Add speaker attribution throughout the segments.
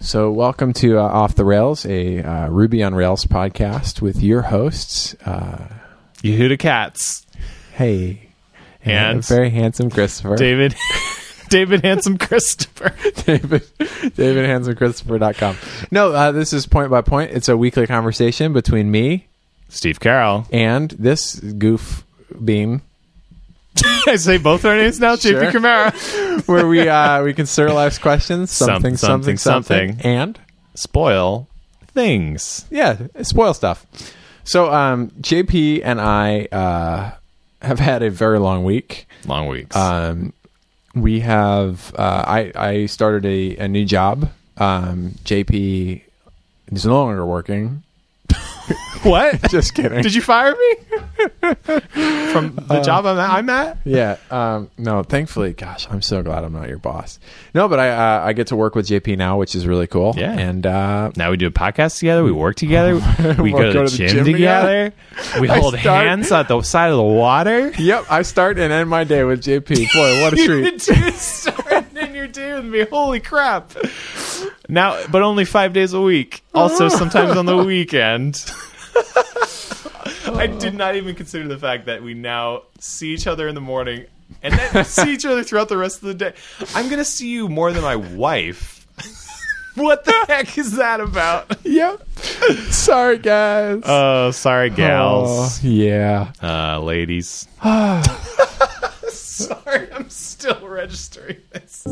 Speaker 1: So, welcome to uh, Off the Rails, a uh, Ruby on Rails podcast with your hosts. Uh,
Speaker 2: Yehuda Katz,
Speaker 1: hey,
Speaker 2: And-
Speaker 1: a very handsome Christopher.
Speaker 2: David, David Handsome Christopher.
Speaker 1: David, DavidHandsomChristopher.com. No, uh, this is Point by Point. It's a weekly conversation between me
Speaker 2: Steve Carroll.
Speaker 1: and this goof beam
Speaker 2: I say both our names now,
Speaker 1: Sure.
Speaker 2: JP Kamara.
Speaker 1: where we uh, we consider life's questions something,
Speaker 2: Some-
Speaker 1: something,
Speaker 2: something,
Speaker 1: something,
Speaker 2: something.
Speaker 1: and
Speaker 2: Spoil things.
Speaker 1: yeah, spoil stuff. So, um, JP and I uh, have had a very long week.
Speaker 2: Long weeks.
Speaker 1: Um, we have. Uh, I I started a, a new job. Um, JP is no longer working.
Speaker 2: what?
Speaker 1: Just kidding.
Speaker 2: Did you fire me from the job I'm at? I'm at?
Speaker 1: yeah. Um, no. Thankfully, gosh, I'm so glad I'm not your boss. No, but I uh, I get to work with JP now, which is really cool.
Speaker 2: Yeah.
Speaker 1: And uh,
Speaker 2: Now we do a podcast together. We work together. We go, to the gym, together. We
Speaker 1: I
Speaker 2: hold
Speaker 1: start-
Speaker 2: hands at the side of the water.
Speaker 1: yep, I start and end my day with JP. Boy, what a treat.
Speaker 2: two starting in your day with me. Holy crap! Now, but only five days a week. Also, sometimes on the weekend. I did not even consider the fact that we now see each other in the morning and then see each other throughout the rest of the day. I'm gonna see you more than my wife. what the heck is that about?
Speaker 1: yep. Sorry, guys.
Speaker 2: Oh, sorry,
Speaker 1: Oh, yeah.
Speaker 2: uh, ladies. Sorry, I'm still registering this.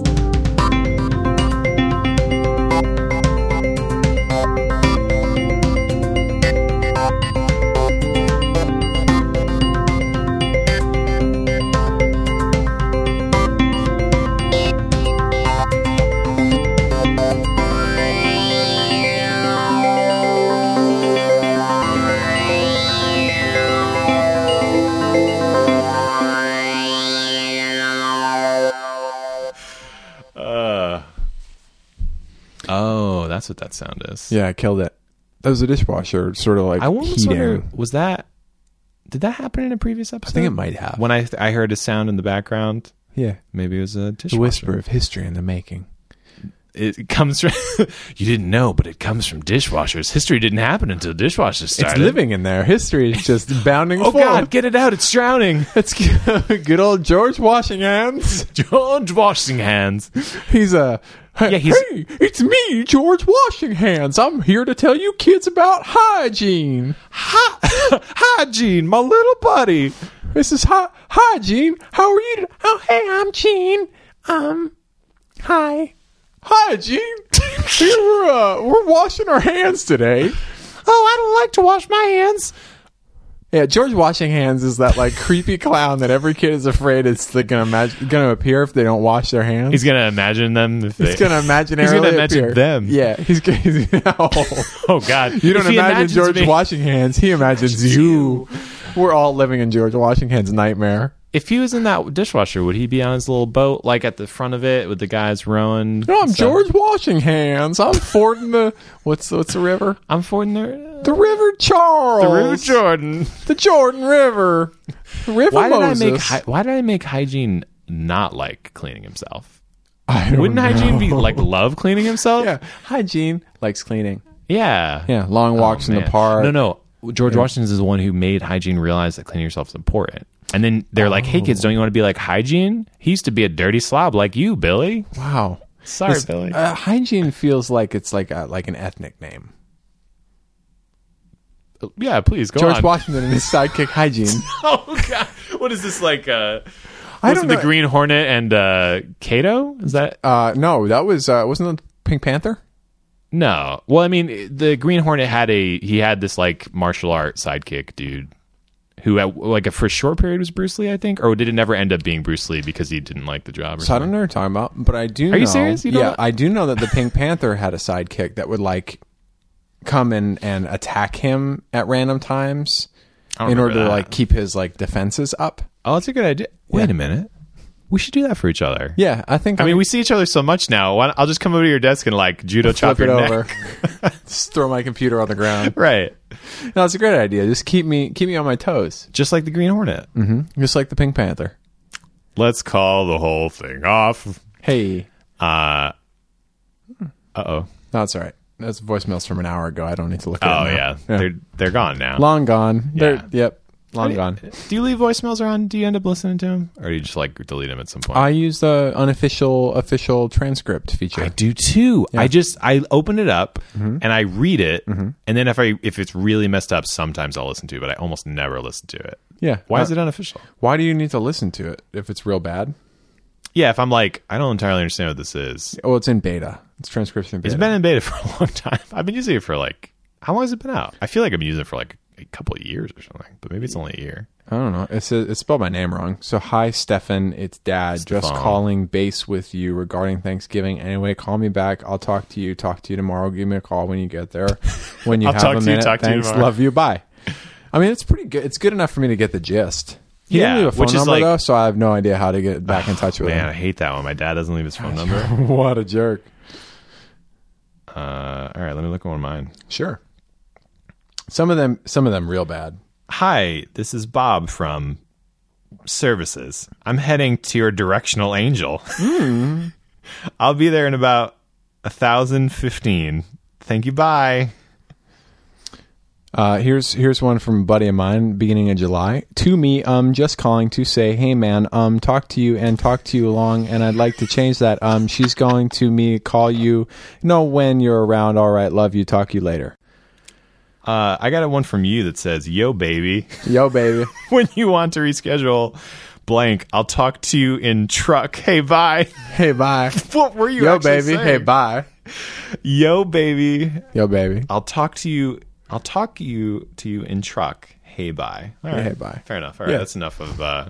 Speaker 2: Uh, oh, that's what that sound is.
Speaker 1: Yeah, I killed it. That was a dishwasher, sort of like
Speaker 2: I almost
Speaker 1: heating.
Speaker 2: wonder, was that did that happen in a previous episode?
Speaker 1: think it might have.
Speaker 2: When I I heard a sound in the background,
Speaker 1: yeah,
Speaker 2: maybe it was a
Speaker 1: the
Speaker 2: dishwasher.
Speaker 1: whisper of history in the making.
Speaker 2: It comes from you didn't know, but it comes from dishwashers. History didn't happen until dishwashers
Speaker 1: It's
Speaker 2: started.
Speaker 1: living in there. History is just bounding
Speaker 2: Oh
Speaker 1: forward.
Speaker 2: God, get it out! It's drowning.
Speaker 1: It's good old George Washington.
Speaker 2: George washing hands.
Speaker 1: He's a
Speaker 2: Yeah, he's-
Speaker 1: hey, it's me, George Washington. I'm here to tell you kids about hygiene.
Speaker 2: Hi, hygiene, my little buddy.
Speaker 1: This is hi, hi, Gene. How are you? to- Oh, hey, I'm Gene. Um, hi, hi, Gene. Here we're uh, we're washing our hands today.
Speaker 2: Oh, I don't like to wash my hands.
Speaker 1: Yeah, George washing hands is that like creepy clown that every kid is afraid is that gonna imagine, gonna appear if they don't wash their hands.
Speaker 2: He's gonna imagine them. If they,
Speaker 1: He's gonna imaginarily
Speaker 2: imagine
Speaker 1: appear.
Speaker 2: them.
Speaker 1: Yeah, he's gonna. He's, oh.
Speaker 2: Oh God,
Speaker 1: You don't
Speaker 2: If
Speaker 1: imagine
Speaker 2: he imagines
Speaker 1: George
Speaker 2: me-
Speaker 1: washing hands. He imagines you. We're all living in George Washington's nightmare.
Speaker 2: If he was in that dishwasher, would he be on his little boat, like at the front of it, with the guys rowing?
Speaker 1: No, I'm
Speaker 2: and stuff?
Speaker 1: George washing hands. I'm fording the what's what's the river?
Speaker 2: I'm Ford there.
Speaker 1: The River Charles.
Speaker 2: The River Jordan.
Speaker 1: The Jordan River. The River
Speaker 2: Why did I
Speaker 1: Moses.
Speaker 2: make hy- Why did I make hygiene not like cleaning himself?
Speaker 1: I don't
Speaker 2: Wouldn't
Speaker 1: know.
Speaker 2: hygiene be like love cleaning himself?
Speaker 1: Oh, Yeah, hygiene likes cleaning.
Speaker 2: Yeah.
Speaker 1: Yeah, long walks in the
Speaker 2: Oh, Man.
Speaker 1: park.
Speaker 2: No, no. George Washington is the one who made hygiene realize that cleaning yourself is important. And then they're like, "Hey
Speaker 1: Oh.
Speaker 2: kids, don't you want to be like hygiene? He used to be a dirty slob like you, Billy."
Speaker 1: Wow.
Speaker 2: Sorry,
Speaker 1: It's-
Speaker 2: Billy.
Speaker 1: Uh, hygiene feels like it's like a, like an ethnic name.
Speaker 2: yeah, please go
Speaker 1: George
Speaker 2: on.
Speaker 1: Washington and his sidekick hygiene.
Speaker 2: oh God, what is this like? Uh,
Speaker 1: I
Speaker 2: what's
Speaker 1: don't know.
Speaker 2: it, the Green Hornet and uh, Kato? Is that
Speaker 1: Uh, no, that was uh, wasn't that Pink Panther?
Speaker 2: no? Well, I mean, the Green Hornet had a he had this like martial art sidekick dude who at, like for a short period was Bruce Lee, I think, or did it never end up being Bruce Lee because he didn't like the job? Or
Speaker 1: So I
Speaker 2: something?
Speaker 1: don't know what you're talking about, but I do. Are know,
Speaker 2: you serious? You don't
Speaker 1: yeah,
Speaker 2: know-
Speaker 1: I do know that the Pink Panther had a sidekick that would like come in and attack him at random times
Speaker 2: don't
Speaker 1: in order
Speaker 2: remember
Speaker 1: to
Speaker 2: that.
Speaker 1: like keep his like defenses up.
Speaker 2: Oh, that's a good idea. Wait a minute, we should do that for each other.
Speaker 1: Yeah, I think
Speaker 2: I mean, we see each other so much now. Why, don't- I'll just come over to your desk and like judo
Speaker 1: flip
Speaker 2: chop
Speaker 1: it
Speaker 2: your neck.
Speaker 1: over. Just throw my computer on the ground.
Speaker 2: Right,
Speaker 1: No, it's a great idea. Just keep me keep me on my toes,
Speaker 2: just like the Green Hornet.
Speaker 1: Mm. just like the Pink Panther.
Speaker 2: Let's call the whole thing off.
Speaker 1: Hey,
Speaker 2: Uh, Uh oh.
Speaker 1: No, it's all right. That's voicemails from an hour ago. I don't need to look.
Speaker 2: Oh
Speaker 1: at it now.
Speaker 2: yeah. They're they're gone now.
Speaker 1: long gone.
Speaker 2: Yeah.
Speaker 1: They're, yep, long gone.
Speaker 2: Do you uh, leave voicemails around? Do you end up listening to them, or do you just like delete them at some point?
Speaker 1: I use the unofficial official transcript feature.
Speaker 2: I do too. I just I open it up and I read it, and then if I if it's really messed up, sometimes I'll listen to it, but I almost never listen to it.
Speaker 1: yeah.
Speaker 2: Why
Speaker 1: Uh,
Speaker 2: is it unofficial?
Speaker 1: Why do you need to listen to it if it's real bad?
Speaker 2: Yeah, if I'm like I don't entirely understand what this is.
Speaker 1: Oh, it's in beta. It's transcription beta.
Speaker 2: It's been in beta for a long time. I've been using it for like how long has it been out? I feel like I've been using it for like a couple of years or something, but maybe it's only a year.
Speaker 1: I don't know. It's it's spelled my name wrong. So hi, Stefan. It's Dad. Just
Speaker 2: Stefan.
Speaker 1: calling base with you regarding Thanksgiving. Anyway, call me back. I'll talk to you. Talk to you tomorrow. Give me a call when you get there. When you
Speaker 2: I'll
Speaker 1: have
Speaker 2: talk
Speaker 1: a
Speaker 2: to you,
Speaker 1: minute.
Speaker 2: talk to you
Speaker 1: Thanks.
Speaker 2: tomorrow.
Speaker 1: love you. Bye. I mean, it's pretty good. It's good enough for me to get the gist. He
Speaker 2: Yeah,
Speaker 1: didn't leave a phone
Speaker 2: which is
Speaker 1: number
Speaker 2: like-
Speaker 1: though, so I have no idea how to get back in touch with
Speaker 2: Man, I hate that one. My dad doesn't leave his phone number.
Speaker 1: him. what a jerk.
Speaker 2: Uh, all right, let me look at one of mine.
Speaker 1: Sure. Some of them, some of them, real bad.
Speaker 2: Hi, this is Bob from Services. I'm heading to your directional angel. I'll be there in about a thousand fifteen. Thank you. Bye.
Speaker 1: Uh, here's here's one from a buddy of mine, beginning of July. To me, um, just calling to say, hey man, um, talk to you and talk to you long, and I'd like to change that. Um, she's going to me call you, know when you're around. All right, love you, talk you later.
Speaker 2: Uh, I got one from you that says, "Yo, baby,
Speaker 1: Yo, baby.
Speaker 2: when you want to reschedule, blank, I'll talk to you in truck. Hey, bye."
Speaker 1: hey, bye.
Speaker 2: What were you?
Speaker 1: Yo,
Speaker 2: actually
Speaker 1: baby. Hey,
Speaker 2: saying?
Speaker 1: bye.
Speaker 2: Yo, baby.
Speaker 1: Yo, baby.
Speaker 2: I'll talk to you. I'll talk you to you in truck. Hey, bye. All right.
Speaker 1: hey, bye.
Speaker 2: Fair enough. All right.
Speaker 1: Yeah.
Speaker 2: That's enough of uh,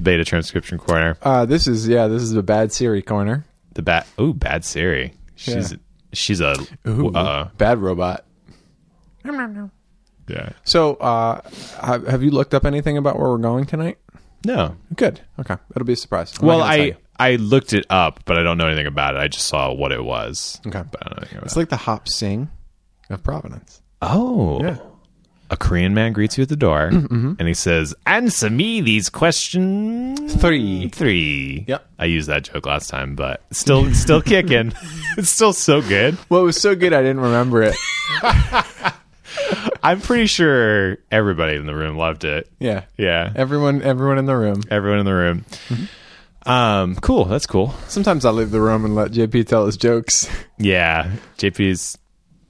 Speaker 2: beta transcription corner.
Speaker 1: Uh, this is yeah, this is the bad Siri corner.
Speaker 2: The bat. Oh, bad Siri. She's she's a uh,
Speaker 1: Bad robot.
Speaker 2: yeah.
Speaker 1: So, uh, have have you looked up anything about where we're going tonight?
Speaker 2: No.
Speaker 1: Good. Okay, it'll be a surprise. I'm not
Speaker 2: Well,
Speaker 1: gonna tell you.
Speaker 2: I I looked it up, but I don't know anything about it. I just saw what it was.
Speaker 1: Okay.
Speaker 2: But I don't know anything about
Speaker 1: It's like the hop sing of Providence.
Speaker 2: it. Oh. Mm-hmm. A Korean man greets you at the door, and he says, "Answer me these questions."
Speaker 1: Three.
Speaker 2: three.
Speaker 1: Yep.
Speaker 2: I used that joke last time, but still, still kicking. It's still so good.
Speaker 1: Well, it was so good I didn't remember it.
Speaker 2: I'm pretty sure everybody in the room loved it.
Speaker 1: Yeah.
Speaker 2: Yeah.
Speaker 1: Everyone everyone in the room.
Speaker 2: Everyone in the room.
Speaker 1: Mm-hmm.
Speaker 2: Um, cool. That's cool.
Speaker 1: Sometimes I leave the room and let JP tell his jokes.
Speaker 2: Yeah. JP's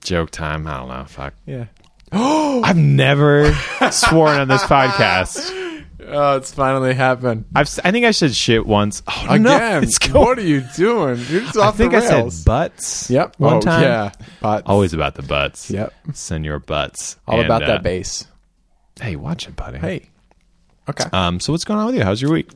Speaker 2: joke time. I don't know. Fuck.
Speaker 1: Yeah.
Speaker 2: I've never sworn on this podcast.
Speaker 1: Oh, it's finally happened.
Speaker 2: I've, s- I think I said shit once. Oh, no.
Speaker 1: Again.
Speaker 2: It's going.
Speaker 1: What are you doing? You're just
Speaker 2: I
Speaker 1: off
Speaker 2: think
Speaker 1: the
Speaker 2: I
Speaker 1: rails.
Speaker 2: said butts.
Speaker 1: Yep.
Speaker 2: One
Speaker 1: oh,
Speaker 2: time.
Speaker 1: Yeah. But
Speaker 2: Always about the butts.
Speaker 1: Yep.
Speaker 2: Send your butts.
Speaker 1: all
Speaker 2: And,
Speaker 1: about
Speaker 2: uh,
Speaker 1: that bass.
Speaker 2: Hey, watch it, buddy.
Speaker 1: Hey. Okay.
Speaker 2: Um, so what's going on with you? How's your week?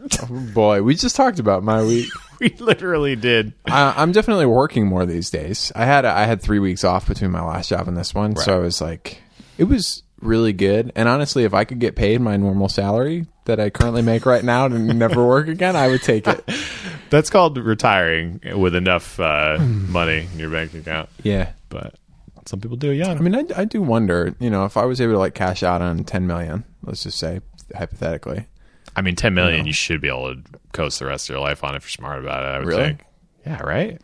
Speaker 1: Boy, we just talked about my week.
Speaker 2: we literally did.
Speaker 1: I, I'm definitely working more these days. I had I had three weeks off between my last job and this one, so I was like, it was really good. And honestly, if I could get paid my normal salary that I currently make right now to never work again, I would take it.
Speaker 2: That's called retiring with enough uh,
Speaker 1: Hmm.
Speaker 2: money in your bank account.
Speaker 1: Yeah,
Speaker 2: But some people do it young.
Speaker 1: I mean, I, I do wonder, you know, if I was able to like cash out on 10 million, let's just say hypothetically,
Speaker 2: I mean, ten million, you should be able to coast the rest of your life on if you're smart about it. I would
Speaker 1: Really?
Speaker 2: think. Yeah, right.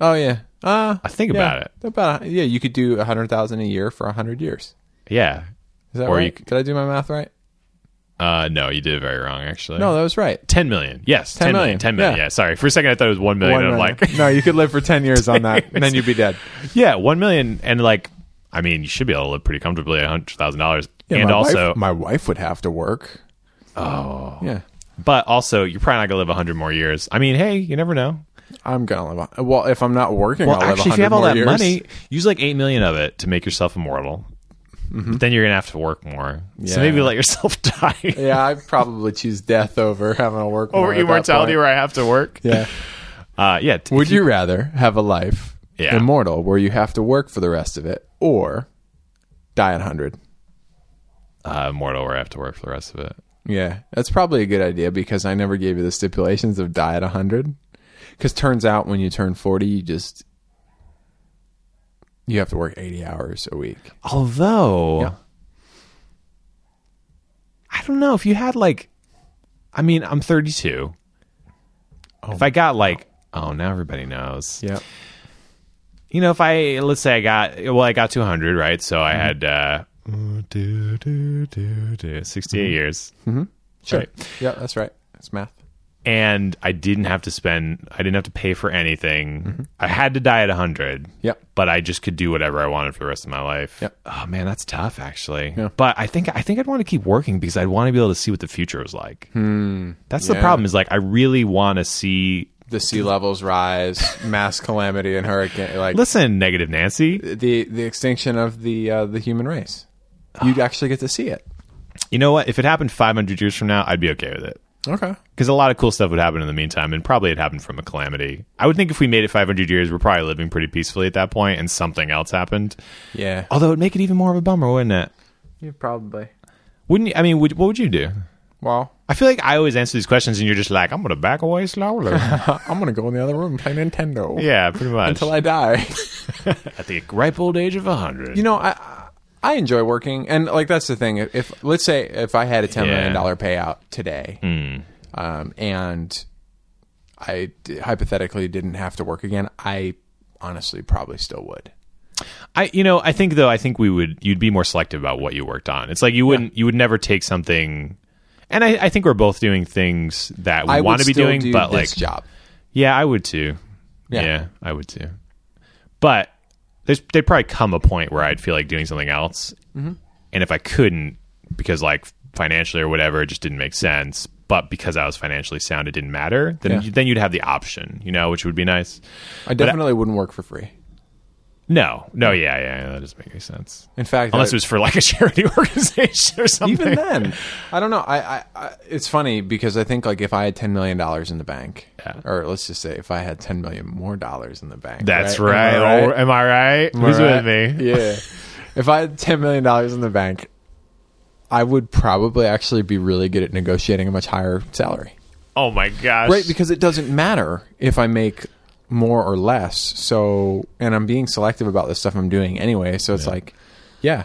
Speaker 1: oh yeah, uh,
Speaker 2: I think
Speaker 1: yeah,
Speaker 2: about it.
Speaker 1: about yeah, you could do a hundred thousand a year for a hundred years.
Speaker 2: Yeah.
Speaker 1: Is that
Speaker 2: Or
Speaker 1: right?
Speaker 2: you c-
Speaker 1: Did I do my math right?
Speaker 2: Uh, no, you did it very wrong. Actually,
Speaker 1: No, that was right.
Speaker 2: ten million. Yes,
Speaker 1: 10
Speaker 2: ten million.
Speaker 1: million.
Speaker 2: Ten million.
Speaker 1: Yeah.
Speaker 2: Yeah. Sorry, for a second I thought it was one million.
Speaker 1: One
Speaker 2: and I'm
Speaker 1: million.
Speaker 2: like,
Speaker 1: no, you could live for 10 years on that and then you'd be dead.
Speaker 2: yeah, one million, and like, I mean, you should be able to live pretty comfortably at hundred thousand dollars,
Speaker 1: Yeah,
Speaker 2: and
Speaker 1: my
Speaker 2: also,
Speaker 1: wife, my wife would have to work. Oh, yeah.
Speaker 2: but also, you're probably not gonna live hundred more years. I mean, hey, you never know.
Speaker 1: I'm gonna live. On, well, if I'm not working,
Speaker 2: Well,
Speaker 1: I'll live
Speaker 2: actually, if you have all
Speaker 1: 100
Speaker 2: that
Speaker 1: more years.
Speaker 2: money, use like eight million of it to make yourself immortal. But then you're gonna have to work more. So
Speaker 1: Yeah.
Speaker 2: maybe let yourself die
Speaker 1: yeah, I'd probably choose death over having to work more
Speaker 2: over
Speaker 1: at that
Speaker 2: immortality,
Speaker 1: point.
Speaker 2: where I have to work.
Speaker 1: Yeah.
Speaker 2: Uh, yeah. t-
Speaker 1: Would you rather have a life
Speaker 2: Yeah.
Speaker 1: immortal where you have to work for the rest of it, or die at hundred?
Speaker 2: uh, immortal, where I have to work for the rest of it.
Speaker 1: Yeah, that's probably a good idea because I never gave you the stipulations of die at hundred. Because turns out when you turn forty, you just you have to work eighty hours a week.
Speaker 2: Although,
Speaker 1: Yeah.
Speaker 2: I don't know if you had like, I mean, I'm 32. if I got like, oh, now everybody oh, knows.
Speaker 1: Yeah.
Speaker 2: you know, if I let's say I got well, I got 200, right? So I had uh,
Speaker 1: Mm-hmm.
Speaker 2: do, do, do, do, 68 uh, years,
Speaker 1: Mm-hmm. Sure.
Speaker 2: Right.
Speaker 1: Yeah, that's right. It's math.
Speaker 2: and I didn't have to spend, I didn't have to pay for anything. I had to die at 100.
Speaker 1: Mm-hmm. Yep.
Speaker 2: But I just could do whatever I wanted for the rest of my life.
Speaker 1: Yep.
Speaker 2: Oh man, that's tough actually.
Speaker 1: Yeah.
Speaker 2: But I think I think I'd want to keep working because I'd want to be able to see what the future is like. That's the
Speaker 1: Hmm. Yeah.
Speaker 2: problem is like I really want to see
Speaker 1: The sea levels rise, mass calamity and hurricane like
Speaker 2: Listen, negative Nancy.
Speaker 1: the the extinction of the uh, the human race. You'd actually get to see it.
Speaker 2: You know what? If it happened 500 years from now, I'd be okay with it.
Speaker 1: Okay.
Speaker 2: Because a lot of cool stuff would happen in the meantime, and probably it happened from a calamity. I would think if we made it 500 years, we're probably living pretty peacefully at that point, and something else happened.
Speaker 1: Yeah.
Speaker 2: Although it'd make it even more of a bummer, wouldn't it?
Speaker 1: Yeah, probably.
Speaker 2: Wouldn't you? I mean, would, what would you do?
Speaker 1: Well,
Speaker 2: I feel like I always answer these questions, and you're just like, I'm going to back away slowly.
Speaker 1: I'm gonna go in the other room and play Nintendo
Speaker 2: yeah, pretty much.
Speaker 1: until I die.
Speaker 2: at the ripe old age of 100.
Speaker 1: you know, I I enjoy working, and like that's the thing. If, if let's say if I had a ten million dollar payout today, um, and I d- hypothetically didn't have to work again, I honestly probably still would.
Speaker 2: I you know I think though I think we would you'd be more selective about what you worked on. It's like you wouldn't you would never take something, and I, I think we're both doing things that we
Speaker 1: I
Speaker 2: want
Speaker 1: would
Speaker 2: to be
Speaker 1: still
Speaker 2: doing,
Speaker 1: do
Speaker 2: but
Speaker 1: this
Speaker 2: like
Speaker 1: job.
Speaker 2: yeah, I would too. Yeah,
Speaker 1: Yeah.
Speaker 2: I would too. But there's there'd probably come a point where I'd feel like doing something else,
Speaker 1: Mm-hmm.
Speaker 2: and if I couldn't because like financially or whatever, it just didn't make sense. But because I was financially sound, it didn't matter. Then
Speaker 1: Yeah.
Speaker 2: you- then you'd have the option, you know, which would be nice.
Speaker 1: I definitely wouldn't work for free.
Speaker 2: No, no, yeah, yeah, yeah that doesn't make any sense.
Speaker 1: In fact,
Speaker 2: unless
Speaker 1: I-
Speaker 2: it was for like a charity organization or something.
Speaker 1: even then i don't know I, I, I it's funny because i think like if i had 10 million dollars in the bank
Speaker 2: Yeah.
Speaker 1: or let's just say if i had 10 million more dollars in the bank
Speaker 2: That's right.
Speaker 1: right, Am I
Speaker 2: Oh, Am I right?
Speaker 1: Am I
Speaker 2: Who's
Speaker 1: right?
Speaker 2: with me?
Speaker 1: yeah if i had 10 million dollars in the bank i would probably actually be really good at negotiating a much higher salary
Speaker 2: Oh my gosh!
Speaker 1: right because it doesn't matter if i make more or less so and i'm being selective about the stuff i'm doing anyway so it's like yeah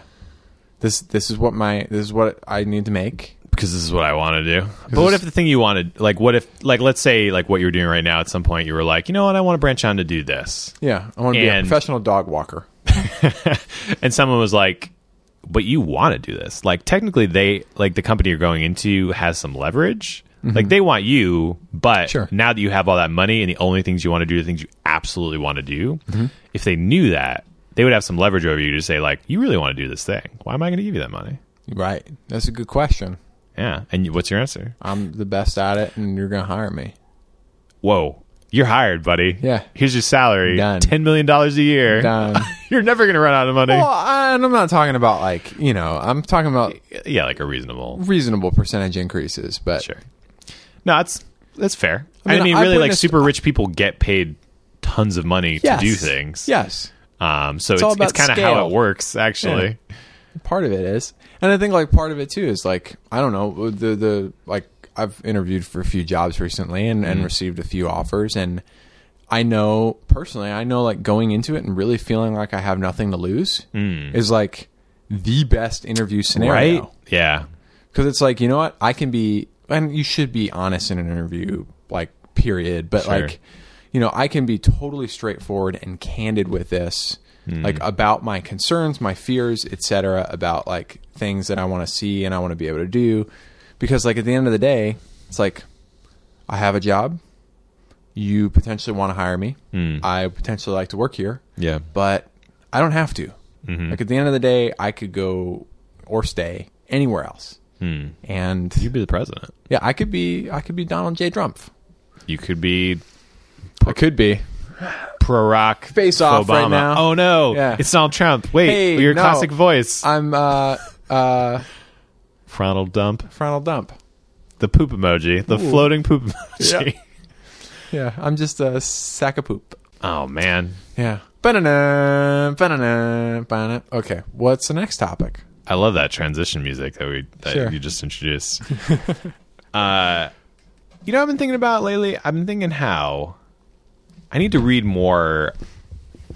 Speaker 1: this this is what my this is what i need to make
Speaker 2: because this is what I want to do. But what if the thing you wanted, like, what if, like, let's say, like, what you're doing right now, at some point, you were like, you know what, I want to branch on to do this,
Speaker 1: Yeah, I want to be a
Speaker 2: And-
Speaker 1: professional dog walker.
Speaker 2: and someone was like, but you want to do this. Like, technically, they, like, the company you're going into has some leverage. Like, they want you, but
Speaker 1: Sure.
Speaker 2: now that you have all that money and the only things you want to do are the things you absolutely want to do, if they knew that, they would have some leverage over you to say, like, you really want to do this thing. Why am I going to give you that money?
Speaker 1: Right. That's a good question.
Speaker 2: Yeah. And you- what's your answer?
Speaker 1: I'm the best at it, and you're gonna hire me.
Speaker 2: Whoa. You're hired, buddy.
Speaker 1: Yeah.
Speaker 2: Here's your salary.
Speaker 1: Done.
Speaker 2: Ten million dollars a year.
Speaker 1: Done.
Speaker 2: You're never gonna run out of money.
Speaker 1: well, I, and I'm not talking about like you know, I'm talking about
Speaker 2: yeah, like a reasonable.
Speaker 1: reasonable percentage increases, but
Speaker 2: Sure. No, that's that's fair. I
Speaker 1: I
Speaker 2: mean,
Speaker 1: mean, I've
Speaker 2: really, like
Speaker 1: witnessed-
Speaker 2: super rich people get paid tons of money
Speaker 1: Yes.
Speaker 2: to do things.
Speaker 1: Yes,
Speaker 2: Um. So it's
Speaker 1: all
Speaker 2: it's,
Speaker 1: about
Speaker 2: kind of how
Speaker 1: scale.
Speaker 2: it works, actually.
Speaker 1: part of it is, and I think like part of it too is like I don't know the the like I've interviewed for a few jobs recently and and received a few offers and. I know personally, I know like going into it and really feeling like I have nothing to lose is like the best interview scenario.
Speaker 2: Right. Yeah.
Speaker 1: because it's like you know what I can be, and you should be honest in an interview, like period. But
Speaker 2: Sure.
Speaker 1: like, you know, I can be totally straightforward and candid with this, like about my concerns, my fears, etc., about like things that I want to see and I want to be able to do, because like at the end of the day, it's like I have a job. You potentially want to hire me. I potentially like to work here
Speaker 2: Yeah.
Speaker 1: but I don't have to.
Speaker 2: Mm-hmm.
Speaker 1: Like at the end of the day, I could go or stay anywhere else.
Speaker 2: Hmm.
Speaker 1: And
Speaker 2: You'd be the president.
Speaker 1: yeah, I could be I could be Donald J. Trump.
Speaker 2: You could be
Speaker 1: I could be.
Speaker 2: Barack.
Speaker 1: Face off right
Speaker 2: Obama.
Speaker 1: now.
Speaker 2: Oh no!
Speaker 1: Yeah.
Speaker 2: It's Donald Trump. Wait,
Speaker 1: Hey,
Speaker 2: your
Speaker 1: no.
Speaker 2: classic voice,
Speaker 1: I'm uh uh
Speaker 2: frontal dump,
Speaker 1: Frontal Dump.
Speaker 2: the poop emoji, the floating poop emoji.
Speaker 1: Yeah. Yeah, I'm just a sack of poop.
Speaker 2: Oh man,
Speaker 1: Yeah. Ba-na-na, ba-na-na, ba-na. Okay, what's the next topic?
Speaker 2: I love that transition music that we that
Speaker 1: Sure.
Speaker 2: you just introduced. uh, you know, what I've been thinking about lately. I've been thinking how I need to read more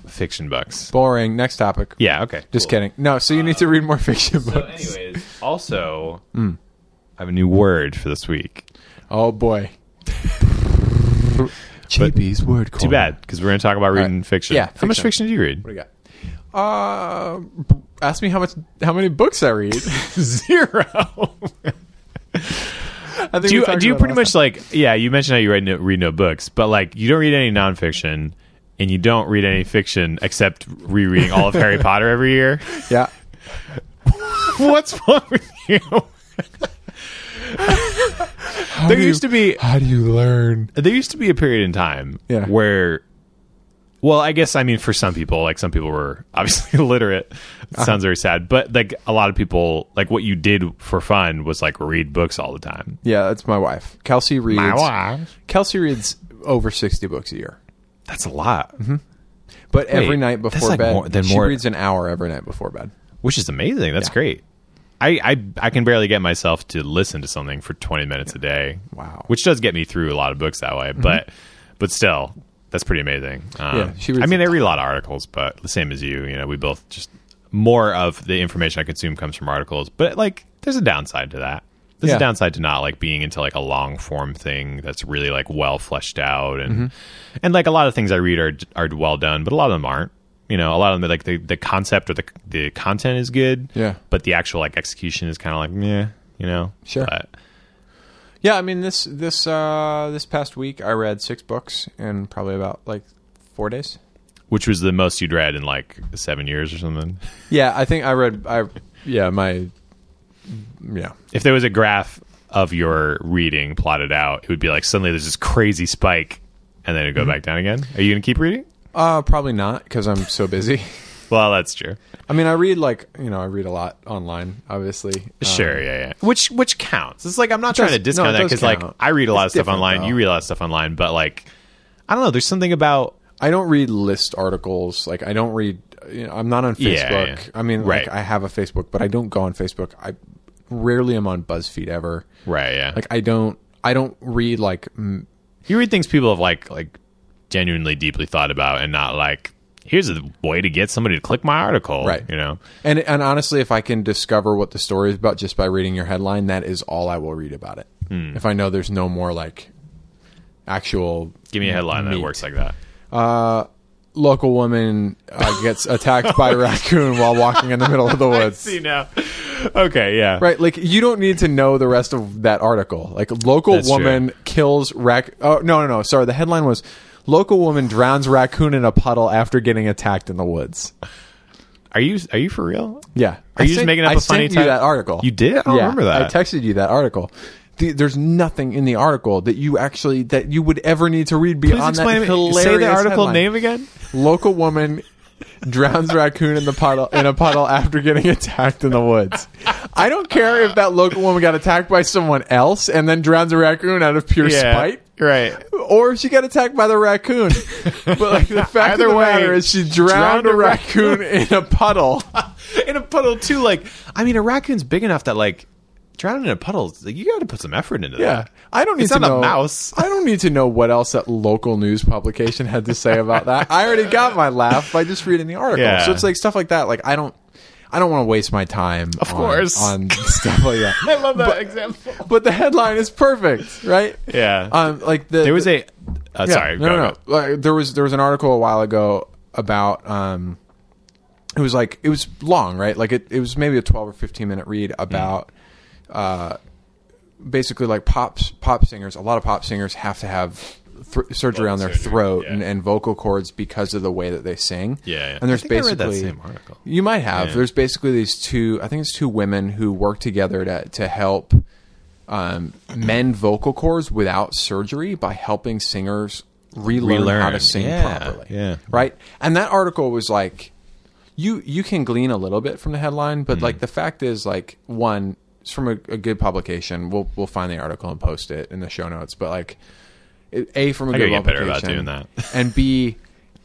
Speaker 2: fiction books.
Speaker 1: Boring. Next topic.
Speaker 2: Yeah. Okay.
Speaker 1: Just kidding. No, so you need to read more fiction
Speaker 2: So,
Speaker 1: books. Hmm.
Speaker 2: anyways, also, I have a new word for this week.
Speaker 1: Oh boy. JP's word corner.
Speaker 2: Too bad because we're going to talk about reading fiction.
Speaker 1: Yeah,
Speaker 2: how much
Speaker 1: fiction.
Speaker 2: fiction did you read?
Speaker 1: What do you got? Uh, b- ask me how much, how many books I read.
Speaker 2: Zero.
Speaker 1: I think
Speaker 2: do
Speaker 1: we
Speaker 2: you
Speaker 1: talked
Speaker 2: do you
Speaker 1: about it
Speaker 2: pretty
Speaker 1: last
Speaker 2: much like yeah? You mentioned how you read no, read no books, but like you don't read any nonfiction and you don't read any fiction except rereading all of Harry Potter every year.
Speaker 1: time. Yeah.
Speaker 2: What's wrong with you?
Speaker 1: How
Speaker 2: there
Speaker 1: do you-
Speaker 2: used to be
Speaker 1: How do you learn?
Speaker 2: there used to be a period in time
Speaker 1: Yeah.
Speaker 2: where well i guess i mean for some people like some people were obviously illiterate it
Speaker 1: Uh-huh.
Speaker 2: sounds very sad but like a lot of people like what you did for fun was like read books all the time
Speaker 1: Yeah, that's my wife. Kelsey reads.
Speaker 2: wife.
Speaker 1: Kelsey reads over sixty books a year,
Speaker 2: that's a lot
Speaker 1: Mm-hmm. but every
Speaker 2: Wait,
Speaker 1: night
Speaker 2: that's
Speaker 1: before
Speaker 2: like
Speaker 1: bed,
Speaker 2: more- then
Speaker 1: she
Speaker 2: more-
Speaker 1: reads an hour every night before bed.
Speaker 2: which is amazing that's
Speaker 1: Yeah.
Speaker 2: great I, I i can barely get myself to listen to something for 20 minutes a day
Speaker 1: Wow. Mm-hmm.
Speaker 2: which does get me through a lot of books that way but but still that's pretty amazing um,
Speaker 1: Yeah, she reads
Speaker 2: i mean
Speaker 1: a
Speaker 2: i read a lot of articles but the same as you you know we both just more of the information i consume comes from articles but like there's a downside to that there's
Speaker 1: Yeah.
Speaker 2: a downside to not like being into like a long form thing that's really like well fleshed out
Speaker 1: Mm-hmm.
Speaker 2: and and like a lot of things i read are are well done but a lot of them aren't you know a lot of them like the, the concept or the the content is good
Speaker 1: Yeah.
Speaker 2: but the actual like execution is kind of like yeah you know
Speaker 1: Sure.
Speaker 2: But-
Speaker 1: Yeah, I mean this this uh, this past week I read six books in probably about like four days.
Speaker 2: which was the most you'd read in like seven years or something.
Speaker 1: Yeah, I think I read I yeah my yeah
Speaker 2: If there was a graph of your reading plotted out, it would be like suddenly there's this crazy spike, and then it'd go back down again. Are you gonna keep reading?
Speaker 1: uh, probably not because I'm so busy.
Speaker 2: Well, that's true.
Speaker 1: I mean, I read like you know I read a lot online, obviously. Um,
Speaker 2: Sure, yeah, yeah. Which which counts. It's like I'm not trying to
Speaker 1: does- no,
Speaker 2: discount
Speaker 1: it
Speaker 2: that
Speaker 1: does
Speaker 2: because like
Speaker 1: count.
Speaker 2: I read a lot
Speaker 1: It's
Speaker 2: of stuff
Speaker 1: different,
Speaker 2: online.
Speaker 1: though.
Speaker 2: You read a lot of stuff online, but like I don't know. There's something about
Speaker 1: I don't read list articles. Like I don't read. You know, I'm not on Facebook.
Speaker 2: Yeah, yeah.
Speaker 1: I mean,
Speaker 2: Right.
Speaker 1: like I have a Facebook, but I don't go on Facebook. I rarely am on BuzzFeed ever.
Speaker 2: right. Yeah,
Speaker 1: Like I don't. I don't read like m-
Speaker 2: you read things people have like like genuinely deeply thought about, and not like here's a way to get somebody to click my article.
Speaker 1: Right.
Speaker 2: You know.
Speaker 1: and and honestly, if I can discover what the story is about just by reading your headline, that is all I will read about it.
Speaker 2: Hmm.
Speaker 1: If I know there's no more like actual
Speaker 2: Give me a headline that
Speaker 1: Meat.
Speaker 2: works like that.
Speaker 1: local woman uh, gets attacked by a raccoon while walking in the middle of the woods.
Speaker 2: see now. Okay, yeah.
Speaker 1: Right, like you don't need to know the rest of that article. Like local
Speaker 2: That's
Speaker 1: woman kills rac. Oh no, no, no. Sorry, the headline was local woman drowns raccoon in a puddle after getting attacked in the woods.
Speaker 2: Are you are you for real?
Speaker 1: Yeah,
Speaker 2: Are
Speaker 1: I
Speaker 2: you just
Speaker 1: sent-
Speaker 2: making up
Speaker 1: I
Speaker 2: a funny
Speaker 1: sent you
Speaker 2: type-
Speaker 1: that article?
Speaker 2: You did? I don't
Speaker 1: yeah,
Speaker 2: remember that.
Speaker 1: I texted you that article. The, there's nothing in the article that you actually that you would ever need to read
Speaker 2: Please
Speaker 1: beyond
Speaker 2: explain
Speaker 1: that
Speaker 2: to me-
Speaker 1: hilarious
Speaker 2: Say the article
Speaker 1: headline.
Speaker 2: name again.
Speaker 1: Local woman drowns raccoon in the puddle in a puddle after getting attacked in the woods. I don't care if that local woman got attacked by someone else and then drowns a raccoon out of pure spite.
Speaker 2: Right.
Speaker 1: Or if she got attacked by the raccoon. But like the fact
Speaker 2: Either
Speaker 1: of the
Speaker 2: way,
Speaker 1: matter is she drowned,
Speaker 2: drowned
Speaker 1: a
Speaker 2: a
Speaker 1: raccoon in a puddle.
Speaker 2: In a puddle too, like I mean a raccoon's big enough that like drowning in a puddle, like, you gotta put some effort into
Speaker 1: Yeah.
Speaker 2: that.
Speaker 1: I don't need
Speaker 2: It's
Speaker 1: to
Speaker 2: not a
Speaker 1: know
Speaker 2: mouse.
Speaker 1: I don't need to know what else that local news publication had to say about that. I already got my laugh by just reading the article.
Speaker 2: Yeah.
Speaker 1: So it's like stuff like that. Like I don't I don't want to waste my time of
Speaker 2: course.
Speaker 1: on stuff like that.
Speaker 2: I love that example.
Speaker 1: But the headline is perfect, right?
Speaker 2: Yeah.
Speaker 1: Um like the
Speaker 2: there was a uh, sorry,
Speaker 1: no,
Speaker 2: go,
Speaker 1: no,
Speaker 2: go.
Speaker 1: no. Like, there was there was an article a while ago about um, it was like it was long, right? Like it, it was maybe a twelve or fifteen minute read
Speaker 2: Mm.
Speaker 1: about uh, basically like pops pop singers. A lot of pop singers have to have thr surgery on their
Speaker 2: surgery,
Speaker 1: throat
Speaker 2: yeah.
Speaker 1: and, and vocal cords because of the way that they sing.
Speaker 2: Yeah, yeah.
Speaker 1: and there's
Speaker 2: I think I read
Speaker 1: basically
Speaker 2: that same article.
Speaker 1: you might have.
Speaker 2: Yeah.
Speaker 1: There's basically these two. I think it's two women who work together to to help um, mend vocal cords without surgery by helping singers relearn, how
Speaker 2: Relearn.
Speaker 1: to sing
Speaker 2: Yeah,
Speaker 1: properly.
Speaker 2: yeah.
Speaker 1: Right. And that article was like, you you can glean a little bit from the headline,
Speaker 2: Hmm.
Speaker 1: but like the fact is, like one, it's from a, a good publication. We'll we'll find the article and post it in the show notes. But like, it- a from a
Speaker 2: gotta
Speaker 1: good
Speaker 2: get better about
Speaker 1: publication,
Speaker 2: doing
Speaker 1: and b